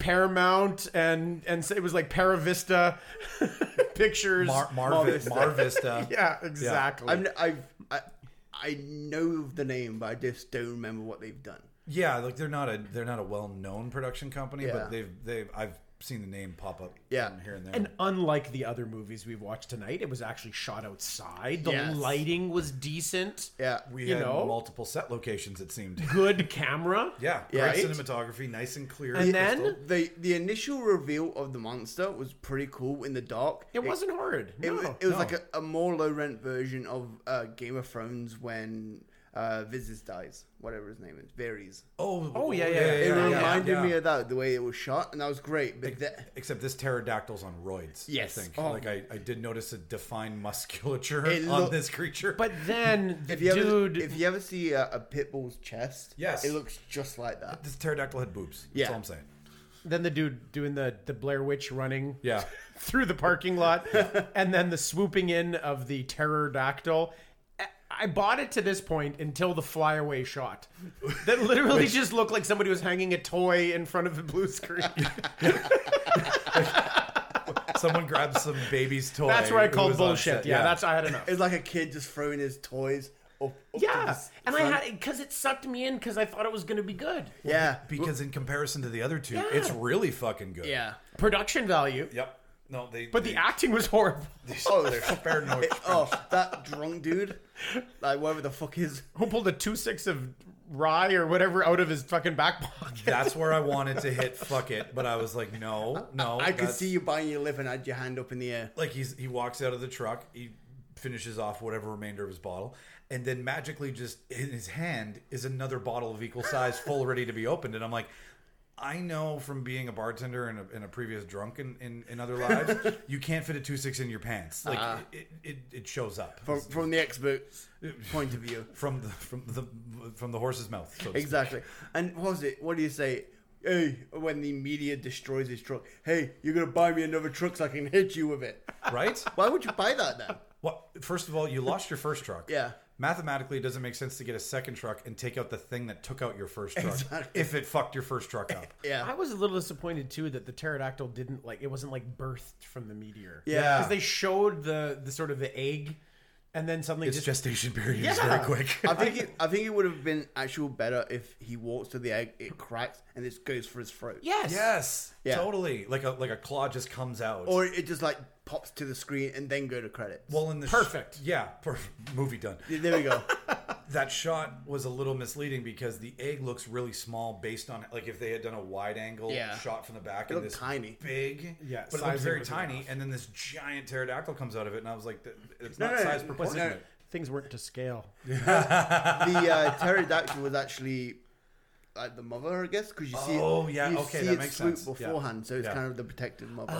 Paramount and and it was like Paravista (laughs) Pictures. Mar- Mar- Vista. (laughs) Mar Vista. yeah, exactly. I'm, I've, I, I know the name, but I just don't remember what they've done. Yeah, like they're not a they're not a well known production company, Yeah. but they've they've I've seen the name pop up Yeah. from here and there. And unlike the other movies we've watched tonight, it was actually shot outside. The Yes. lighting was decent. Yeah. we you had know. multiple set locations. It seemed. Good camera. (laughs) Yeah, Right? great cinematography, nice and clear. And then- crystal. The, the initial reveal of the monster was pretty cool in the dark. It wasn't horrid. It, No. wa- it was like a, a more low rent version of uh, Game of Thrones when uh, Vizzes dies, whatever his name is, varies. oh, Oh, yeah, yeah, yeah, It yeah, reminded yeah. me of that the way it was shot, and that was great. But that, Except this pterodactyl's on roids. Yes. I think. Oh. Like I, I did notice a defined musculature It on look- this creature. But then (laughs) the if you dude, ever if you ever see a, a pit bull's chest, Yes. it looks just like that. this pterodactyl had boobs. That's Yeah. all I'm saying. then the dude doing the the Blair Witch running Yeah. (laughs) through the (laughs) parking lot, and then the swooping in of the pterodactyl. I- I bought it to this point until the (laughs) flyaway shot that literally just looked like somebody was hanging a toy in front of the (laughs) blue screen. (laughs) Someone grabbed (laughs) some baby's toy. That's where I who called was on bullshit. set. Yeah, that's I had enough. It's like a kid just throwing his toys. Up, up to Yeah, his and I front. had because it sucked me in because I thought it was going to be good. yeah, because in comparison to the other two, Yeah. it's really fucking good. yeah. Production value, Yep. No, they but the acting was horrible. Oh, they're fair noise. (laughs) oh, that drunk dude, like whatever the fuck his Who pulled a two six of rye or whatever out of his fucking back pocket? That's where I wanted to hit fuck it, but I was like, no, no. I could that's- see you buying your lip and had your hand up in the air. Like he's he walks out of the truck, he finishes off whatever remainder of his bottle, and then magically just in his hand is another bottle of equal size, full, ready to be opened. And I'm like, I know from being a bartender and a, and a previous drunk in, in, in other lives, (laughs) you can't fit a two six in your pants. Like Uh-huh. it, it, it shows up From, from the expert's point of view. from the from the from the horse's mouth. So to speak. Exactly. And what was it? What do you say? Hey, when the media destroys his truck, hey, you're gonna buy me another truck so I can hit you with it. right? Why would you buy that then? Well, first of all, you lost your first truck. Yeah. Mathematically, it doesn't make sense to get a second truck and take out the thing that took out your first truck Exactly. if it fucked your first (laughs) truck up. I Yeah, was a little disappointed too that the pterodactyl didn't like it wasn't like birthed from the meteor. Yeah. because they showed the the sort of the egg and then suddenly Its just, gestation period is Yeah. very quick. (laughs) I think it, I think it would have been actual better if he walks to the egg, it cracks, and this goes for his throat. yes, yes, Yeah. totally. Like a like a claw just comes out. Or it just like pops to the screen and then go to credits. well, in the sh- Perfect. yeah, perfect. Movie done. there we go. that shot was a little misleading because the egg looks really small based on like if they had done a wide angle Yeah. shot from the back It and looked this tiny. big Yeah, but it sizing looks very was tiny off. and then this giant pterodactyl comes out of it and I was like th- it's No, not no, size no, proportionate no. things weren't to scale. The uh, pterodactyl was actually like the mother, I guess, because you see Oh, it, yeah, you okay, see that it makes swoop sense. Yeah. beforehand, so it's Yeah. Oh. kind of the protected mother.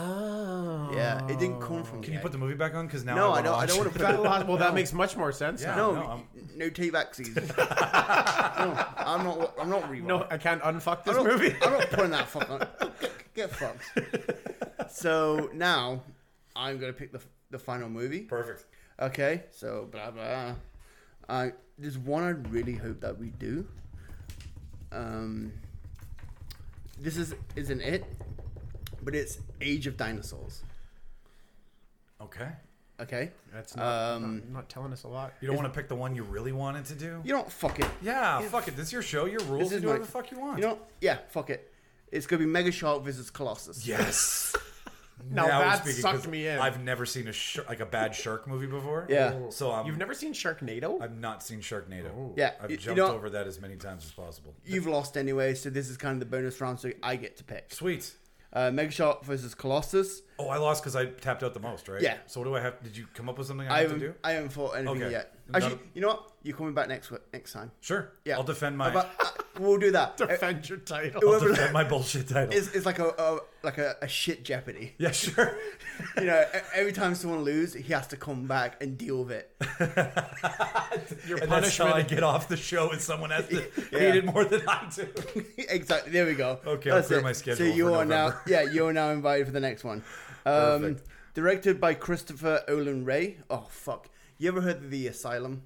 Yeah, it didn't come from. can you put the movie back on because now No, I I, don't. I don't want to put. (laughs) (laughs) That- well, that makes much more sense. Yeah. now. No, No, no, I'm- take (laughs) vaccines. no, I'm not. I'm not rewinding. No, I can't unfuck this I'm not, movie. I'm not putting that fuck on. Get, get fucked. (laughs) So now I'm gonna pick the the final movie. perfect Okay, so blah blah. I there's one I really hope that we do. Um, this is isn't it, but it's Age of Dinosaurs. okay Okay, That's not, not, not telling us a lot. you don't want to pick the one you really wanted to do you don't fuck it. yeah, fuck it this is your show your This rules you is do my- whatever the fuck you want You know, yeah, fuck it. It's gonna be Mega Shark versus Colossus. (laughs) yes Now we're that speaking, sucked 'cause me in. I've never seen a sh- like a bad shark movie before Yeah. so I'm, You've never seen Sharknado? um, I've not seen Sharknado Yeah, I've you- you jumped know- over that as many times as possible You've lost anyway, so this is kind of the bonus round, so I get to pick. Sweet. Uh, Mega Shark versus Colossus. Oh, I lost because I tapped out the most, right? Yeah. So what do I have? Did you come up with something I, I have to haven't, do? I haven't fought anything Okay. yet. Not Actually, a- you know what? You're coming back next week- next time. Sure. Yeah. I'll defend my. But uh, we'll do (laughs) that. (laughs) Defend your title. It- I'll (laughs) (laughs) defend my bullshit title. It's, it's like a, a like a, a shit (laughs) Jeopardy. yeah, sure. You know, e- every time someone loses, he has to come back and deal with (laughs) it. (laughs) Your and that's how punishment- I get off the show is someone has to Yeah. hate it more than I do. exactly. There we go. Okay, I'll clear my So schedule you for are now, November. (laughs) (laughs) yeah, you are now invited for the next one. Um, Perfect. directed by Christopher Olin Ray. Oh fuck! You ever heard of the Asylum?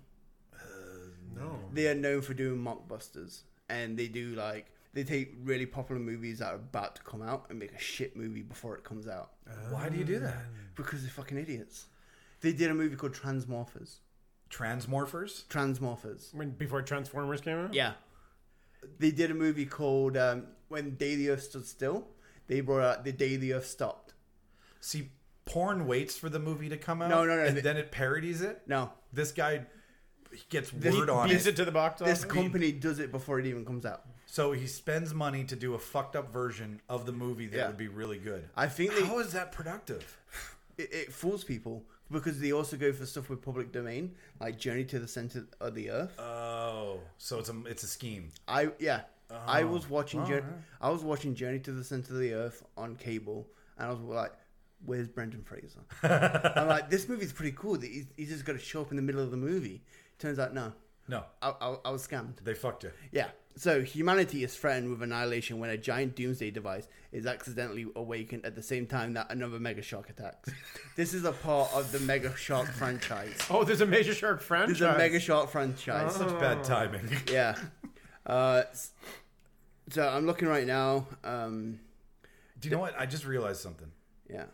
no. They are known for doing mockbusters, and they do like they take really popular movies that are about to come out and make a shit movie before it comes out Why do you do that? because they're fucking idiots. They did a movie called Transmorphers. Transmorphers. Transmorphers. when, before Transformers came out? Yeah. They did a movie called um, When Day the Earth Stood Still. They brought out The Day the Earth Stopped. See, porn waits for the movie to come out. No, no, no, And they- then it parodies it. No. This guy he gets This- word on Beats it, it to the box office. This company does it before it even comes out. so he spends money to do a fucked up version of the movie that Yeah. would be really good. I think they- how is that productive? It, it fools people because they also go for stuff with public domain, like Journey to the Center of the Earth. Oh, so it's a it's a scheme. I yeah. I was watching all Jour- right. I was watching Journey to the Center of the Earth on cable, and I was like, "Where's Brendan Fraser?" I'm like, "This movie's pretty cool. He's, he's just got to show up in the middle of the movie." Turns out, no, No, I, I, I was scammed. they fucked you. Yeah. So humanity is threatened with annihilation when a giant doomsday device is accidentally awakened at the same time that another mega shark attacks. this is a part of the mega shark franchise. Oh, there's a Major Shark franchise. This is a mega shark franchise. Such bad timing. (laughs) Yeah. Uh, s- so I'm looking right now. Um, Do you know what? I just realized something. yeah.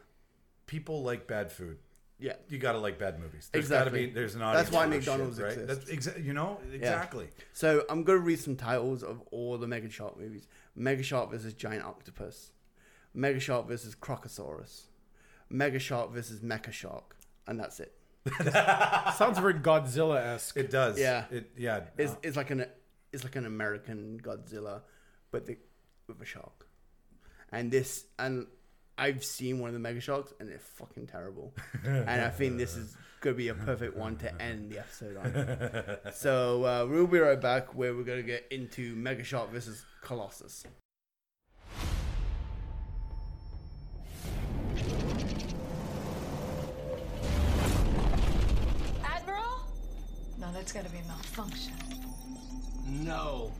People like bad food. Yeah. You gotta like bad movies. There's Exactly. gotta be there's an That's audience. why for this McDonald's shit, right? exists. That's exa- you know exactly. So I'm gonna read some titles of all the mega shark movies. Mega shark versus giant octopus. Mega shark versus crocosaurus. Mega shark versus mecha shark. And that's it. Sounds very Godzilla esque. It does. Yeah. It yeah. It's, Uh, it's like an it's like an American Godzilla, but the, with a shark. And this and I've seen one of the mega sharks and they're fucking terrible. and I think this is gonna be a perfect one to end the episode on. so uh, we'll be right back where we're gonna get into Mega Shark versus Colossus. Admiral? No, that's gotta be a malfunction. No.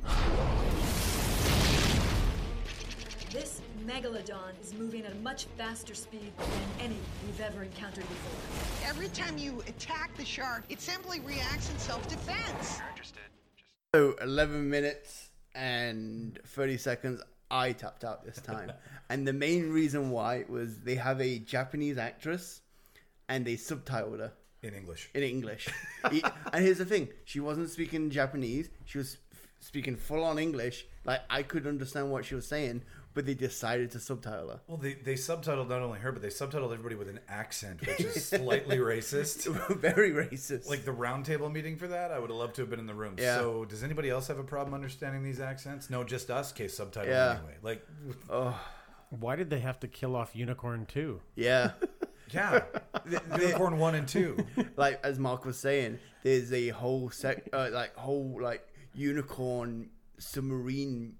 This megalodon is moving at a much faster speed than any we've ever encountered before. Every time you attack the shark, it simply reacts in self defense. So eleven minutes and thirty seconds. I tapped out this time, and the main reason why was they have a Japanese actress, and they subtitled her. in English. in (laughs) English. He- and here's the thing: she wasn't speaking Japanese. She was f- speaking full on English. Like I could understand what she was saying, but they decided to subtitle her. (laughs) Well, they, they subtitled not only her, but they subtitled everybody with an accent, which is (laughs) slightly racist. Very racist. Like the roundtable meeting for that, I would have loved to have been in the room. Yeah. So, does anybody else have a problem understanding these accents? No, just us. Case subtitle Yeah. anyway. Like, Why did they have to kill off Unicorn too? (laughs) yeah. yeah, unicorn one (laughs) and two. like as Mark was saying, there's a whole sec, uh, like whole like unicorn submarine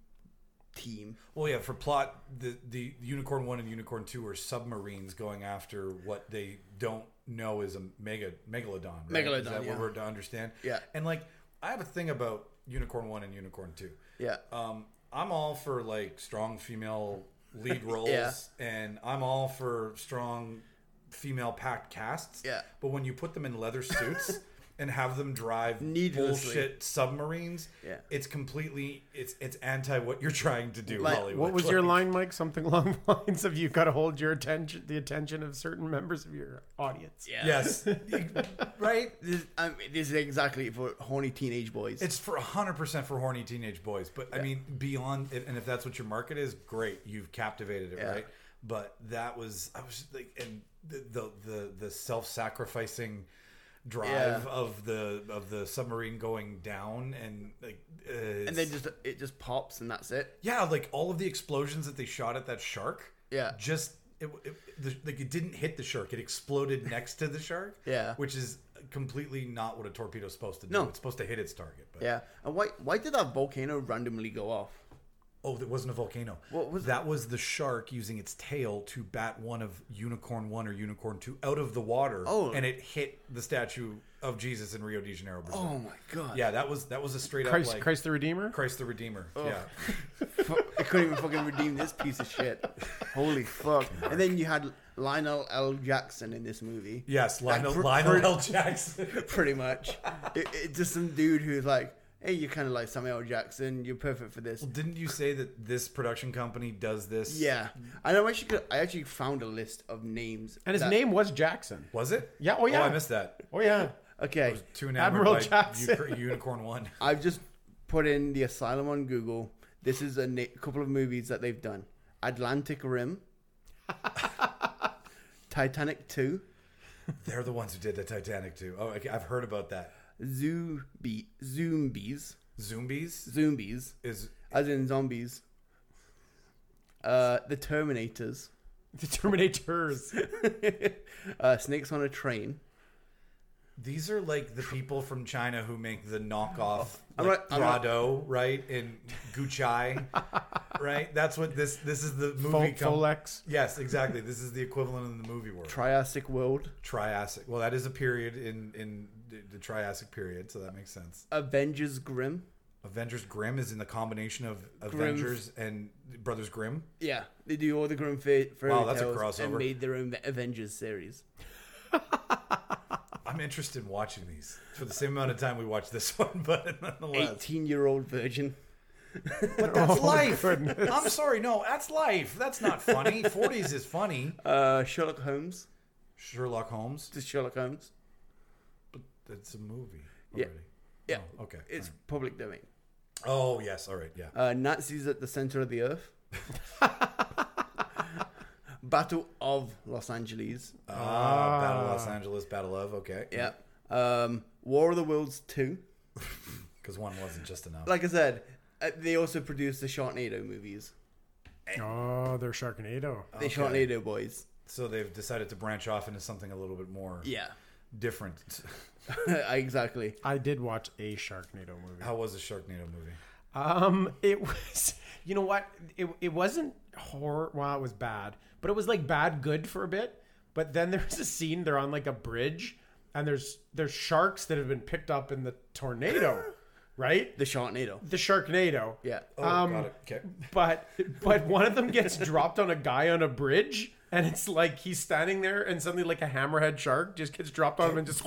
team. Well, yeah, for plot, the the unicorn one and unicorn two are submarines going after what they don't know is a mega megalodon. Right? Megalodon, is that yeah. what we're to understand? Yeah. and like I have a thing about unicorn one and unicorn two. Yeah. um, I'm all for like strong female (laughs) lead roles, Yeah. and I'm all for strong female packed casts. Yeah. but when you put them in (laughs) leather suits. And have them drive Needlessly. bullshit submarines. Yeah. it's completely it's it's anti what you're trying to do. Like, Hollywood. What was your Like- line, Mike? Something (laughs) along the lines of "You've got to hold your attention, the attention of certain members of your audience." (laughs) Yeah, Yes. right? This, I mean, this is exactly for horny teenage boys. It's for 100% for horny teenage boys. But I mean, beyond, and if that's what your market is, great. You've captivated it, Yeah. right? But that was, I was like, and the, the, the, the self sacrificing drive Yeah. of the of the submarine going down and like uh, and then just it just pops and that's it. yeah like all of the explosions that they shot at that shark Yeah. just it, it, the, like it didn't hit the shark it exploded next to the shark Yeah. which is completely not what a torpedo is supposed to do No. it's supposed to hit its target but Yeah. And why why did that volcano randomly go off? Oh, that wasn't a volcano. What was that? Was the shark using its tail to bat one of Unicorn One or Unicorn Two out of the water? Oh. and it hit the statue of Jesus in Rio de Janeiro, Brazil. Oh my god. yeah, that was that was a straight Christ, up like Christ the Redeemer. Christ the Redeemer. Oh. Yeah, Fu- I couldn't even fucking redeem this piece of shit. Holy fuck. And then you had Lionel L. Jackson in this movie. (laughs) yes, Lionel, Like, pr- Lionel pr- L. Jackson. pretty much. it, it's just some dude who's like, hey, you're kind of like Samuel L. Jackson. You're perfect for this. Didn't you say that this production company does this? Yeah, and I actually could, I actually found a list of names. and his that- name was Jackson. was it? Yeah, oh, yeah. Oh, I missed that. Oh yeah, (laughs) Okay, Two enamored Admiral by Jackson. Ucr- Unicorn One. (laughs) I've just put in the asylum on Google. This is a na- couple of movies that they've done: Atlantic (laughs) Rim, Titanic Two, They're the ones who did the Titanic too. Oh, okay, I've heard about that. Zoobie, Zombies, Zombies Zombies, is as in zombies. Uh, the Terminators, (laughs) the Terminators. uh, Snakes on a Train. These are like the people from China who make the knockoff I'm like not- I'm not- Prado, right? And Gucci, right? That's what this this is the Fo- movie. com- Folex. Yes, exactly. This is the equivalent in the movie world. Triassic World, Triassic. Well, that is a period in in the- the Triassic period, so that makes sense. Avengers Grimm. Avengers Grimm is in the combination of Grimm. Avengers and Brothers Grimm. Yeah, they do all the Grim Fa- fairy Wow, that's a tales and crossover. made their own Avengers series. I'm interested in watching these for the same amount of time we watch this (laughs) one, but nonetheless, Oh Eighteen-year-old virgin. but that's life. goodness. I'm sorry, no, that's life. That's not (laughs) funny. 40s is funny. Uh, Sherlock Holmes. Sherlock Holmes. Just Sherlock Holmes. That's a movie. Yeah. Already. Yeah. Oh, okay. It's All right. public domain. Oh yes. All right. Yeah. Uh, Nazis at the center of the (laughs) earth. (laughs) Battle of Los Angeles. Ah, Battle of Los Angeles. Battle of. Okay. Yeah. Um, War of the Worlds two. Because one wasn't just enough. Like I said, uh, they also produced the Sharknado movies. Oh, they're Sharknado. The Sharknado boys. so they've decided to branch off into something a little bit more. Yeah. Different. (laughs) (laughs) exactly. I did watch a Sharknado movie. How was the Sharknado movie? Um, it was. (laughs) You know what? It it wasn't horror. Well, it was bad, but it was like bad good for a bit. But then (laughs) there's a scene. They're on like a bridge, and there's there's sharks that have been picked up in the (laughs) tornado, right? The Sharknado. The Sharknado. Yeah. Oh, got it. Okay. but but one of them gets dropped on a guy on a bridge and it's like he's standing there and suddenly like a (laughs) hammerhead shark just gets dropped on him and just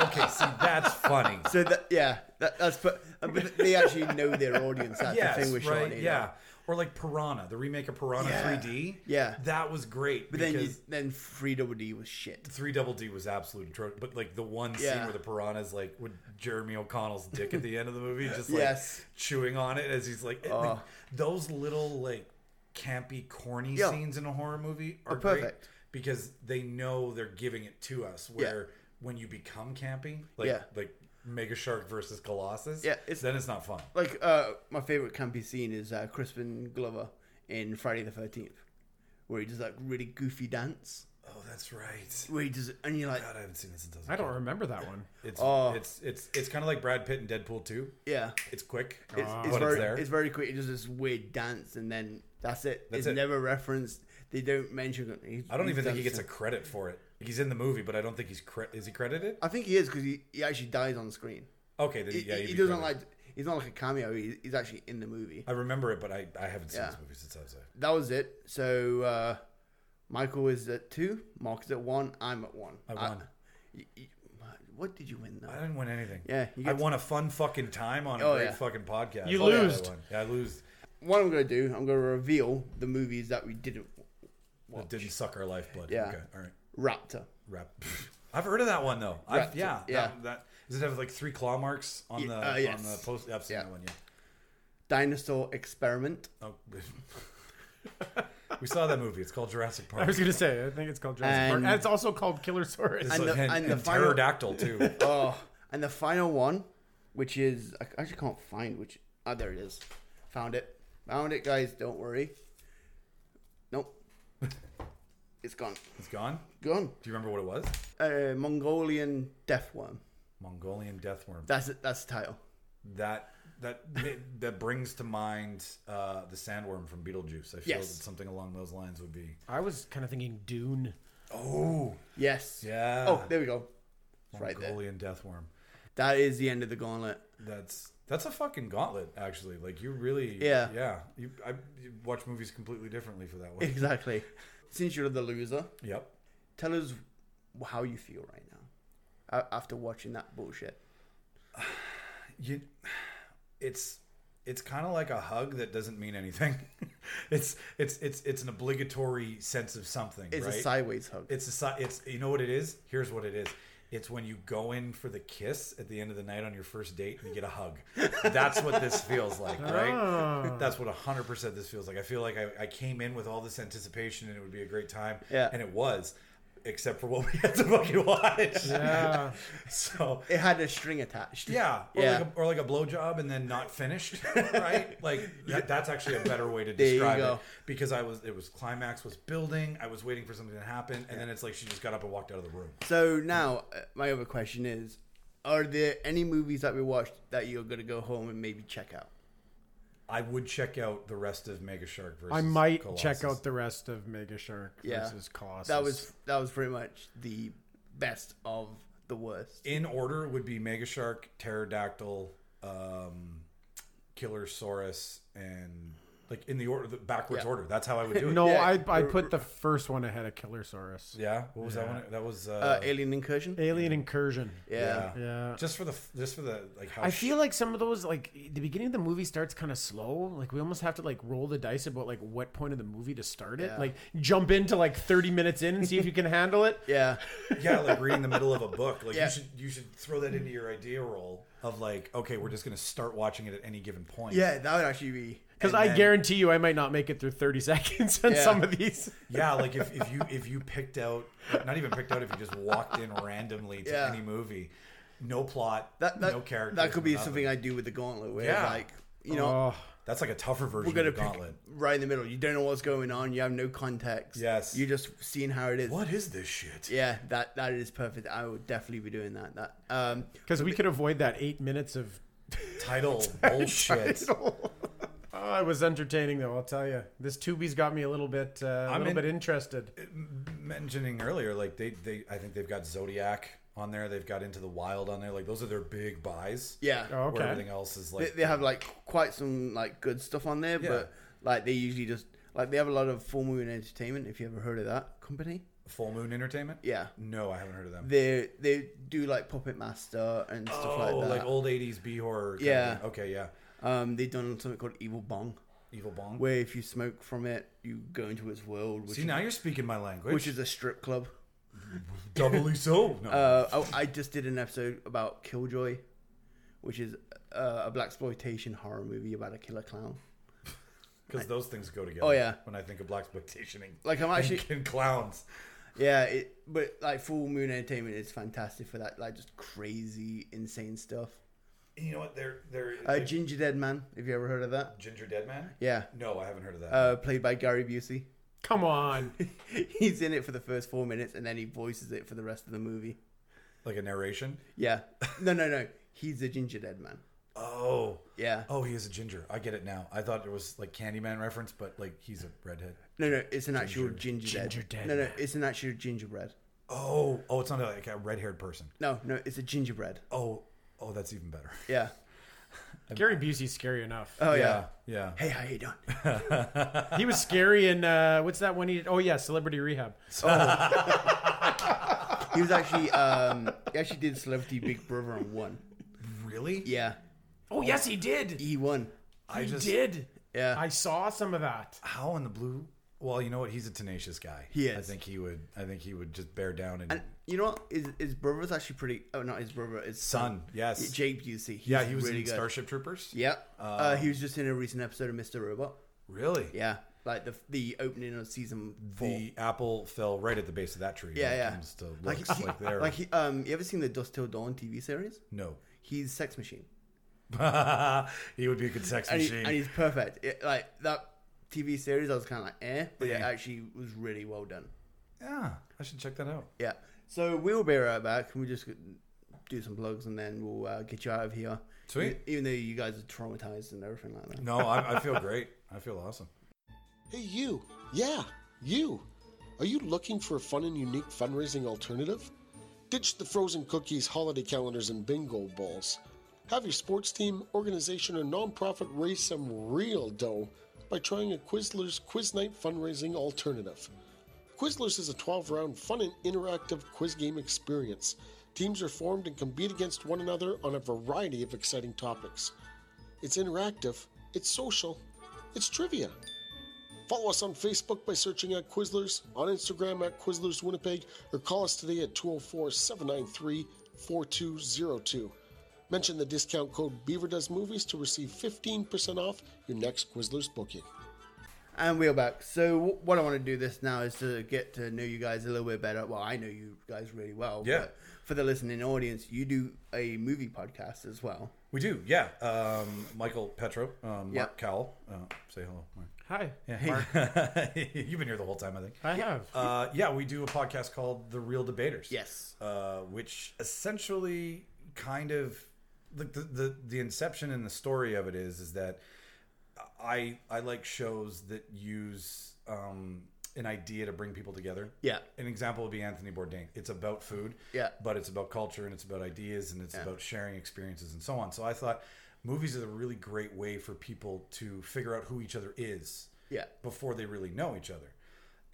Okay. See, (laughs) that's funny. So that yeah, that, that's but, uh, but they actually know their audience. That's yes, the thing with right. Sharknado. yeah. Or like Piranha, the remake of Piranha Yeah. 3D. Yeah. That was great. But because then you, then Free Double D was shit. Three Double D was absolute atrocious. But like the one scene Yeah. where the piranha's like with Jeremy O'Connell's dick at the end of the (laughs) movie, just like Yes. chewing on it as he's like, it- like, those little like campy, corny Yeah. scenes in a horror movie are They're perfect perfect. because they know they're giving it to us. Where when you become campy, like Yeah. like Mega Shark versus Colossus, Yeah, it's- then it's not fun. Like uh, my favorite campy scene is uh, Crispin Glover in Friday the Thirteenth, where he does that really goofy dance. Oh, that's right. Where he does, and you're like, God, I haven't seen this in dozens. I don't remember that one. It's Oh. it's it's it's kind of like Brad Pitt in Deadpool 2. yeah, It's quick, it's, but it's Uh, it's very, there. it's very quick. It does this weird dance, and then that's it. That's it's it. never referenced. They don't mention. He's, I don't he's even done think he gets a some- credit for it. He's in the movie, but I don't think he's cre- is he credited? I think he is because he, he actually dies on screen. Okay, then He, Oh, yeah, he- he'd he be doesn't credited. like. He's not like a cameo. He, he's actually in the movie. I remember it, but I, I haven't seen Yeah. this movie since I was a That was it. So uh, Michael is at two. Mark is at one. I'm at one. I won. y- y- what did you win though? I didn't win anything. Yeah, you I get to- won a fun fucking time on a Oh, great yeah. fucking podcast. You Oh, yeah, I losed. won. Yeah, I lose. what I'm gonna do, I'm gonna reveal the movies that we didn't. It didn't suck our lifeblood. Yeah. Okay. All right. Raptor. Wrap. (laughs) I've heard of that one though. I've, Wrapped. yeah. Yeah. That, that does it have like three claw marks on Yeah, the uh, yes. on the post? I've seen Yeah. that one. Yeah. Dinosaur Experiment Oh. (laughs) we saw that movie. It's called Jurassic Park. I was gonna say, I think it's called Jurassic And- Park. And it's also called and Killersaurus. the- and, and the and final- pterodactyl too. (laughs) Oh, and the final one, which is I actually can't find which. Ah, there it is. Found it. Found it, guys. Don't worry. Nope. it's gone. it's gone. Gone. Do you remember what it was? Uh, Mongolian death worm. Mongolian deathworm. That's it. That's the title. that that that brings to mind uh, the sandworm from Beetlejuice. I feel Yes. that something along those lines would be. I was kind of thinking Dune. Oh, Yes. Yeah. Oh, there we go. It's right there. Mongolian deathworm. That is the end of the gauntlet. (laughs) That's that's a fucking gauntlet, actually. Like you really, Yeah. yeah. You, I, you watch movies completely differently for that one. Exactly. Since you're the loser, yep. tell us how you feel right now a- after watching that bullshit. you it's it's kind of like a hug that doesn't mean anything (laughs) it's it's it's it's an obligatory sense of something It's a right? sideways hug. it's a si- it's you know what it is here's what it is it's when you go in for the kiss at the end of the night on your first date and you get a hug that's what this feels like right that's what 100% this feels like i feel like I, I came in with all this anticipation and it would be a great time Yeah. and it was except for what we had to fucking watch Yeah. (laughs) so It had a string attached. yeah, (laughs) or Yeah. like a, or like a blowjob and then not finished, (laughs) right? Like that, that's actually a better way to There you describe it go. because I was it was climax was building, I was waiting for something to happen, and then it's like she just got up and walked out of the room. So now, uh, my other question is Are there any movies that we watched that you're going to go home and maybe check out? I would check out the rest of Mega Shark versus. I might Colossus. check out the rest of Mega Shark Yeah. versus Colossus. That was that was pretty much the best of the worst. in order would be Mega Shark, Pterodactyl, um, Killer Saurus, and like in the order the backwards Yeah. order. That's how I would (laughs) do it. no. yeah. I I put the first one ahead of Killersaurus. Yeah, what was that one? That was Uh, uh, Alien Incursion? Alien Incursion. yeah. Yeah. Just for the just for the like how I sh- feel like some of those, like the beginning of the movie starts kind of slow. Like we almost have to like roll the dice about like what point of the movie to start it. Yeah. Like jump into like thirty minutes in and see if you can handle it. (laughs) Yeah. yeah, like reading the middle of a book. Like Yeah. you should you should throw that into your idea roll of like, okay, we're just gonna start watching it at any given point. Yeah, that would actually be. Because And I then- guarantee you, I might not make it through thirty (laughs) seconds on Yeah. some of these. Yeah, like if, if you if you picked out not even picked out if you just walked in randomly to Yeah. any movie. No plot, That, that, no character. that could be nothing. something I do with the gauntlet where, Yeah. like, you know, Oh, That's like a tougher version we're gonna of the gauntlet. pick right in the middle. You don't know what's going on. You have no context. Yes. you're just seeing how it is. What is this shit? Yeah, that that is perfect. I would definitely be doing that. That um, because we could avoid that eight minutes of. (laughs) Title bullshit. (laughs) oh, it was entertaining though. I'll tell you, this Tubi's got me a little bit, uh, a I'm little in- bit interested. Mentioning earlier, like they they I think they've got Zodiac on there, they've got Into the Wild on there. Like those are their big buys. yeah, Oh, Where okay. everything else is they, like they have like quite some like good stuff on there, Yeah. but like they usually just like they have a lot of full moon entertainment. If you ever heard of that company, Full Moon Entertainment? Yeah. No, I haven't heard of them. They they do like Puppet Master and stuff oh, like that. like old 80s B horror. kind of Yeah. thing. Okay, yeah. um, they've done something called Evil Bong, Evil Bong. where if you smoke from it, you go into his world, which See, is, now you're speaking my language. which is a strip club. doubly (laughs) so. No. Uh, oh, I just did an episode about Killjoy, which is uh, a black exploitation horror movie about a killer clown. Because those things go together. Oh, yeah. When I think of black exploitation and Like, I'm and- actually- and clowns. Yeah, it, but like Full Moon Entertainment is fantastic for that, like just crazy, insane stuff. You know what? They're they're Uh, Ginger Dead Man, have you ever heard of that? Ginger Dead Man. Yeah, No, I haven't heard of that. uh, played by Gary Busey. (laughs) Come on. He's in it for the first four minutes, and then he voices it for the rest of the movie. like a narration. Yeah, no, no, no. He's a Ginger Dead Man. Oh. Yeah. Oh, he is a ginger. I get it now. I thought it was like Candyman reference, but like he's a redhead. No, no, it's an actual ginger, Ginger dead. Dead No, no, Man. it's an actual gingerbread. Oh. Oh, it's not like a red-haired person. No, no, it's a gingerbread. Oh. Oh, that's even better. Yeah. Gary Busey's scary enough. Oh yeah. Yeah. Hey, how you doing? He was scary in uh, what's that one? He did? Oh yeah, Celebrity Rehab. He was actually um he actually did Celebrity Big Brother and won. Really? Yeah, Oh yes, he did. he won. I he just did. Yeah. I saw some of that. how in the blue. Well, you know what? He's a tenacious guy. He I is. think he would. I think he would just bear down and, And you know what? His his brother's actually pretty. Oh, not his brother. His son. Yes. Jake Busey. He's yeah, he was really in good. Starship Um, Troopers. Yeah. Uh, he was just in a recent episode of Mr. Robot. Really? Yeah, like the the opening of season four. The apple fell right at the base of that tree. yeah, when it yeah. Comes to like, looks he- like, (laughs) there. like he, um, you ever seen the Dust Till Dawn TV series? no. (laughs) He's Sex Machine. he would be a good sex and, he- machine. and he's perfect. It- like that TV series, I was kind of like, eh, but it Yeah. actually was really well done. yeah, I should check that out. Yeah. So we'll be right back. Can we just do some plugs and then we'll uh, get you out of here? Sweet. E- Even though you guys are traumatized and everything like that. No, I, (laughs) I feel great. I feel awesome. Hey, you. Yeah, you. Are you looking for a fun and unique fundraising alternative? Ditch the frozen cookies, holiday calendars, and bingo balls. Have your sports team, organization, or nonprofit raise some real dough by trying a Quizlers Quiz Night fundraising alternative. Quizlers is a 12 round fun and interactive quiz game experience. Teams are formed and compete against one another on a variety of exciting topics. It's interactive, it's social, it's trivia. Follow us on Facebook by searching at Quizzlers, on Instagram at Quizzlers Winnipeg, or call us today at 204 793 4202. Mention the discount code Beaver Does Movies to receive 15% off your next Quizzlers booking. And we're back. So wh- what I want to do this now is to get to know you guys a little bit better. Well, I know you guys really well. Yeah. But for the listening audience, you do a movie podcast as well. We do, yeah. Um, Michael Petro, um, Mark Yeah. Cowell. Uh, say hello, Mark. Hi. Mark. (laughs) You've been here the whole time, I think. I have. Uh, yeah, we do a podcast called The Real Debaters. Yes. Uh, which essentially kind of the, the the the inception and the story of it is is that I I like shows that use um, an idea to bring people together. Yeah. An example would be Anthony Bourdain. It's about food. Yeah. But it's about culture and it's about ideas and it's about sharing experiences and so on. So I thought movies is a really great way for people to figure out who each other is Yeah. before they really know each other.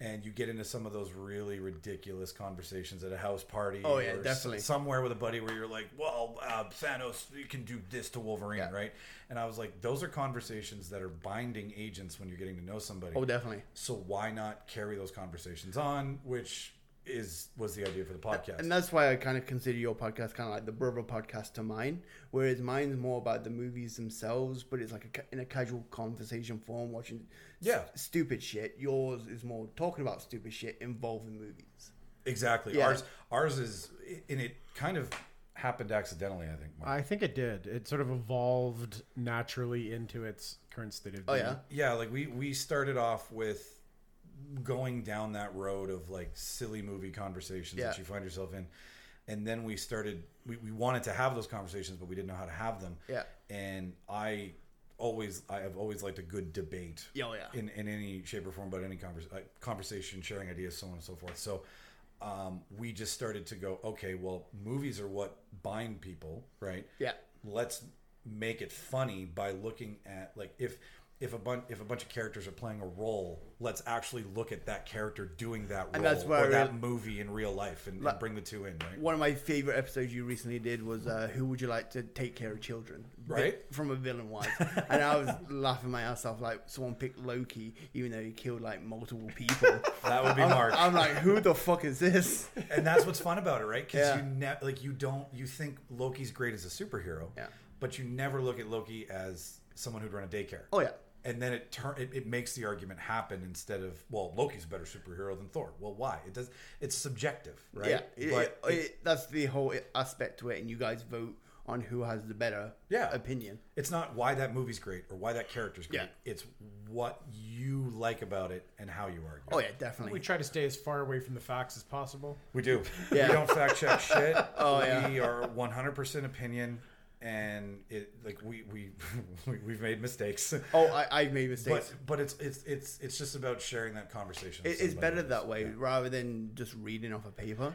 And you get into some of those really ridiculous conversations at a house party. Oh, yeah, or s- definitely. Somewhere with a buddy where you're like, well, uh, Thanos you can do this to Wolverine, Yeah. right? And I was like, those are conversations that are binding agents when you're getting to know somebody. Oh, definitely. So why not carry those conversations on? Which is was the idea for the podcast. And that's why I kind of consider your podcast kind of like the brother podcast to mine, whereas mine's more about the movies themselves, but it's like a, ca- in a casual conversation form, watching s- Yeah. stupid shit. Yours is more talking about stupid shit involving movies. exactly. Yeah. Ours ours is and it kind of happened accidentally, I think. Mark. I think it did. It sort of evolved naturally into its current state of. Oh being. yeah, yeah like we we started off with going down that road of like silly movie conversations that Yeah. you find yourself in and then we started we, we wanted to have those conversations but we didn't know how to have them Yeah. and i always i have always liked a good debate Yeah, oh, yeah. in in any shape or form about any convers- uh, conversation sharing ideas so on and so forth so um, we just started to go okay well movies are what bind people right Yeah. let's make it funny by looking at like if if a bunch if a bunch of characters are playing a role, let's actually look at that character doing that role And that's why I or that real- movie in real life and, and Like- bring the two in, right? One of my favorite episodes you recently did was uh, "Who would you like to take care of children?" Vi- Right. from a villain (laughs) wise, and I was laughing my ass off. Like someone picked Loki, even though he killed like multiple (laughs) people. That would be I'm, Mark. I'm like, who the fuck is this? and that's what's fun about it, right? Because Yeah. you ne- like you don't you think Loki's great as a superhero, Yeah. but you never look at Loki as someone who'd run a daycare. Oh, yeah. and then it turn it, it makes the argument happen instead of well Loki's a better superhero than Thor. Well, why? It does. It's subjective, right? Yeah, it- but it- it- that's the whole aspect to it, and you guys vote on who has the better Yeah. opinion. it's not why that movie's great or why that character's great. Yeah. It's what you like about it and how you argue. Oh yeah, definitely. We try to stay as far away from the facts as possible. We do. (laughs) Yeah. We don't fact check shit. (laughs) Oh, yeah. We are 100% opinion and it like we we (laughs) we- we've made mistakes. (laughs) oh, I, I've made But mistakes. but it's it's it's it's just about sharing that conversation. with It- it's somebody better else. that way rather than just reading off a paper.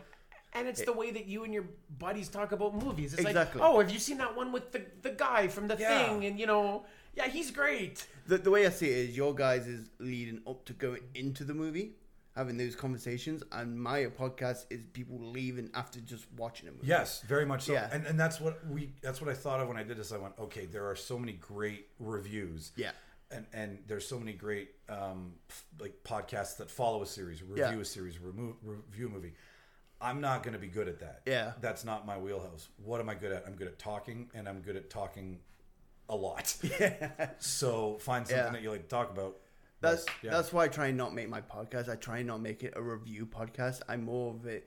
And it's the way that you and your buddies talk about movies. It's Exactly. like, oh, have you seen that one with the, the guy from the Yeah. thing? And you know, yeah, he's great. The, the way I see it is your guys is leading up to going into the movie, having those conversations, and my podcast is people leaving after just watching a movie. Yes, very much so. Yeah. And and that's what we that's what I thought of when I did this. I went, okay, there are so many great reviews. Yeah. And and there's so many great um f- like podcasts that follow a series, review Yeah. a series, remo- review a movie. I'm not going to be good at that. Yeah. That's not my wheelhouse. What am I good at? I'm good at talking and I'm good at talking (laughs) a lot. so find something Yeah. that you like to talk about. That's Yeah. that's why I try and not make my podcast. I try and not make it a review podcast. I'm more of a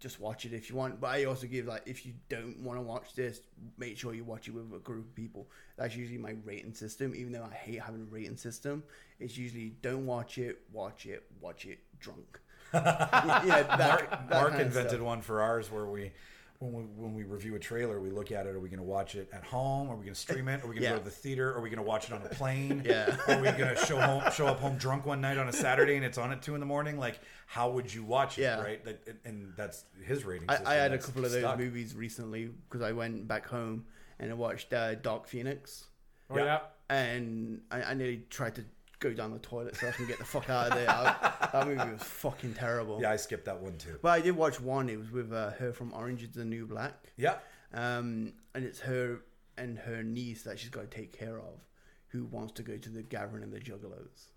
just watch it if you want. But I also give like if you don't want to watch this, make sure you watch it with a group of people. That's usually my rating system. Even though I hate having a rating system, it's usually don't watch it, watch it, watch it drunk. (laughs) yeah, that, that Mark, Mark kind of stuff. invented one for ours where we. When we, when we review a trailer, we look at it. Are we going to watch it at home? Are we going to stream it? Are we going to Yeah. go to the theater? Are we going to watch it on a plane? (laughs) Yeah. Are we going to show home, show up home drunk one night on a Saturday and it's on at two in the morning? Like, how would you watch it? Yeah. Right. That, and- and that's his rating. I, system I had a that's couple of those stuck. movies recently because I went back home and I watched uh, Dark Phoenix, Oh, yeah. and I, I nearly tried to go down the toilet so I can get the fuck out of there. I, that movie was fucking terrible. Yeah, I skipped that one too. But I did watch one. It was with uh, her from Orange Is the New Black. yeah. Um, and it's her and her niece that she's got to take care of, who wants to go to the Gathering and the Juggalos.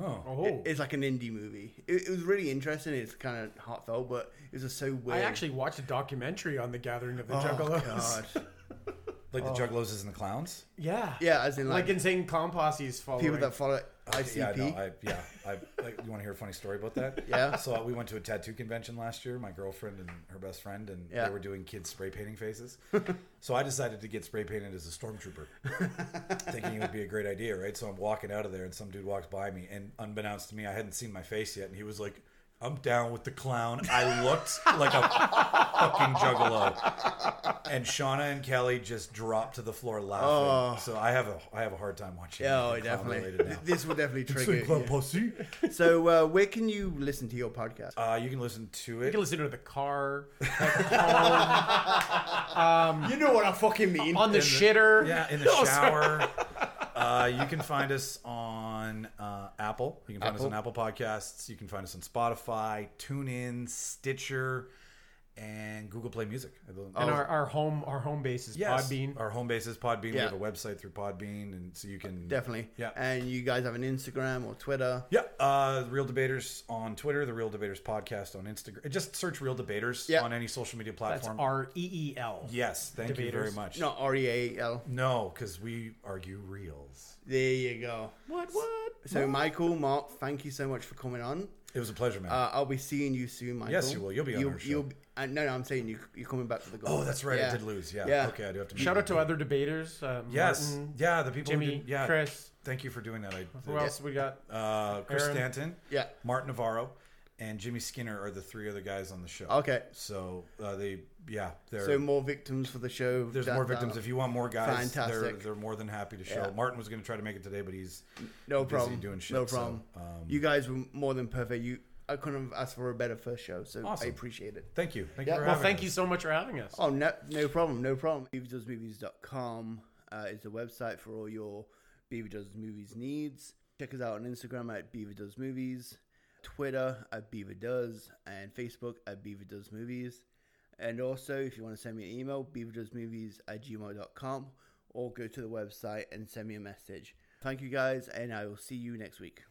Oh. Oh, It- it's like an indie movie. It, it was really interesting. It's kind of heartfelt, but it was just so weird. I actually watched a documentary on the Gathering of the oh, Juggalos. (laughs) God. Like Oh. the Juggalos and the Clowns. (laughs) Yeah, Yeah, as in like, like insane clown posse's following. people that follow ICP. Yeah, no, I, yeah. I, like, you want to hear a funny story about that? (laughs) Yeah. So uh, we went to a tattoo convention last year, my girlfriend and her best friend, and Yeah. they were doing kids spray (laughs) painting faces. so I decided to get spray painted as a stormtrooper, thinking it would be a great idea, right? So I'm walking out of there, and some dude walks by me, and unbeknownst to me, I hadn't seen my face yet, and he was like, "I'm down with the clown." I looked (laughs) like a fucking juggalo. And Shauna and Kelly just dropped to the floor laughing. so I have a I have a hard time watching. Yeah, oh, anything clown definitely. related now. (laughs) This will definitely trigger. it, yeah. Posse. So, uh, where can you listen to your podcast? Uh, you can listen to you it. can listen to (laughs) the car you know what I fucking mean. on the shitter. Yeah, (laughs) in the shower. Uh, you can find us on uh, Apple. You can find us on Apple Podcasts. You can find us on Spotify, TuneIn, Stitcher, and Google Play Music. I believe- Oh. and our, our home our home base is Yes, Podbean. Our home base is Podbean. We Yeah. have a website through Podbean, and so you can Definitely. Yeah. And you guys have an Instagram or Twitter. Yeah, uh, Real Debaters on Twitter, the Real Debaters podcast on Instagram. Just search Real Debaters Yeah. on any social media That's platform. R E E L. yes, thank you very Debaters. much. Not R E A L. No, because we argue reels. There you go. What what? So, Michael, Mark, thank you so much for coming on. It was a pleasure, man. Uh, I'll be seeing you soon, Michael. Yes, you will. You'll be on you, our show. You'll be, uh, no, no, I'm saying you, you're coming back for the goal. oh, that's right. Yeah. I did lose. Yeah. Yeah. Okay, I do have to. Shout out make- to other debaters. Uh, Yes. Martin, yeah, the people. who Jimmy, did- yeah. Chris. Thank you for doing that. I, Who else we got? Uh, Chris Aaron. Stanton. Yeah. Martin Navarro. And Jimmy Skinner are the three other guys on the show. Okay. So uh, they, yeah, they're, So, more victims for the show. there's Da- more da- victims. If you want more guys, they're, Fantastic. they're more than happy to show. Yeah. Martin was going to try to make it today, but he's No busy problem. doing shit. no so, problem. um, you guys were more than perfect. You, I couldn't have asked for a better first show, so I Awesome. appreciate it. thank you. Thank Yeah. you for Well, having Thank us. you so much for having us. Oh, no, no problem, no problem. Evildoesmovies.com uh, is the website for all your Beaver Does Movies Needs. Check us out on Instagram at Beaver Does Movies, Twitter at Beaver Does, and Facebook at Beaver Does Movies. And also, if you want to send me an email, beaverdoesmovies at gmail.com or go to the website and send me a message. Thank you guys, and I will see you next week.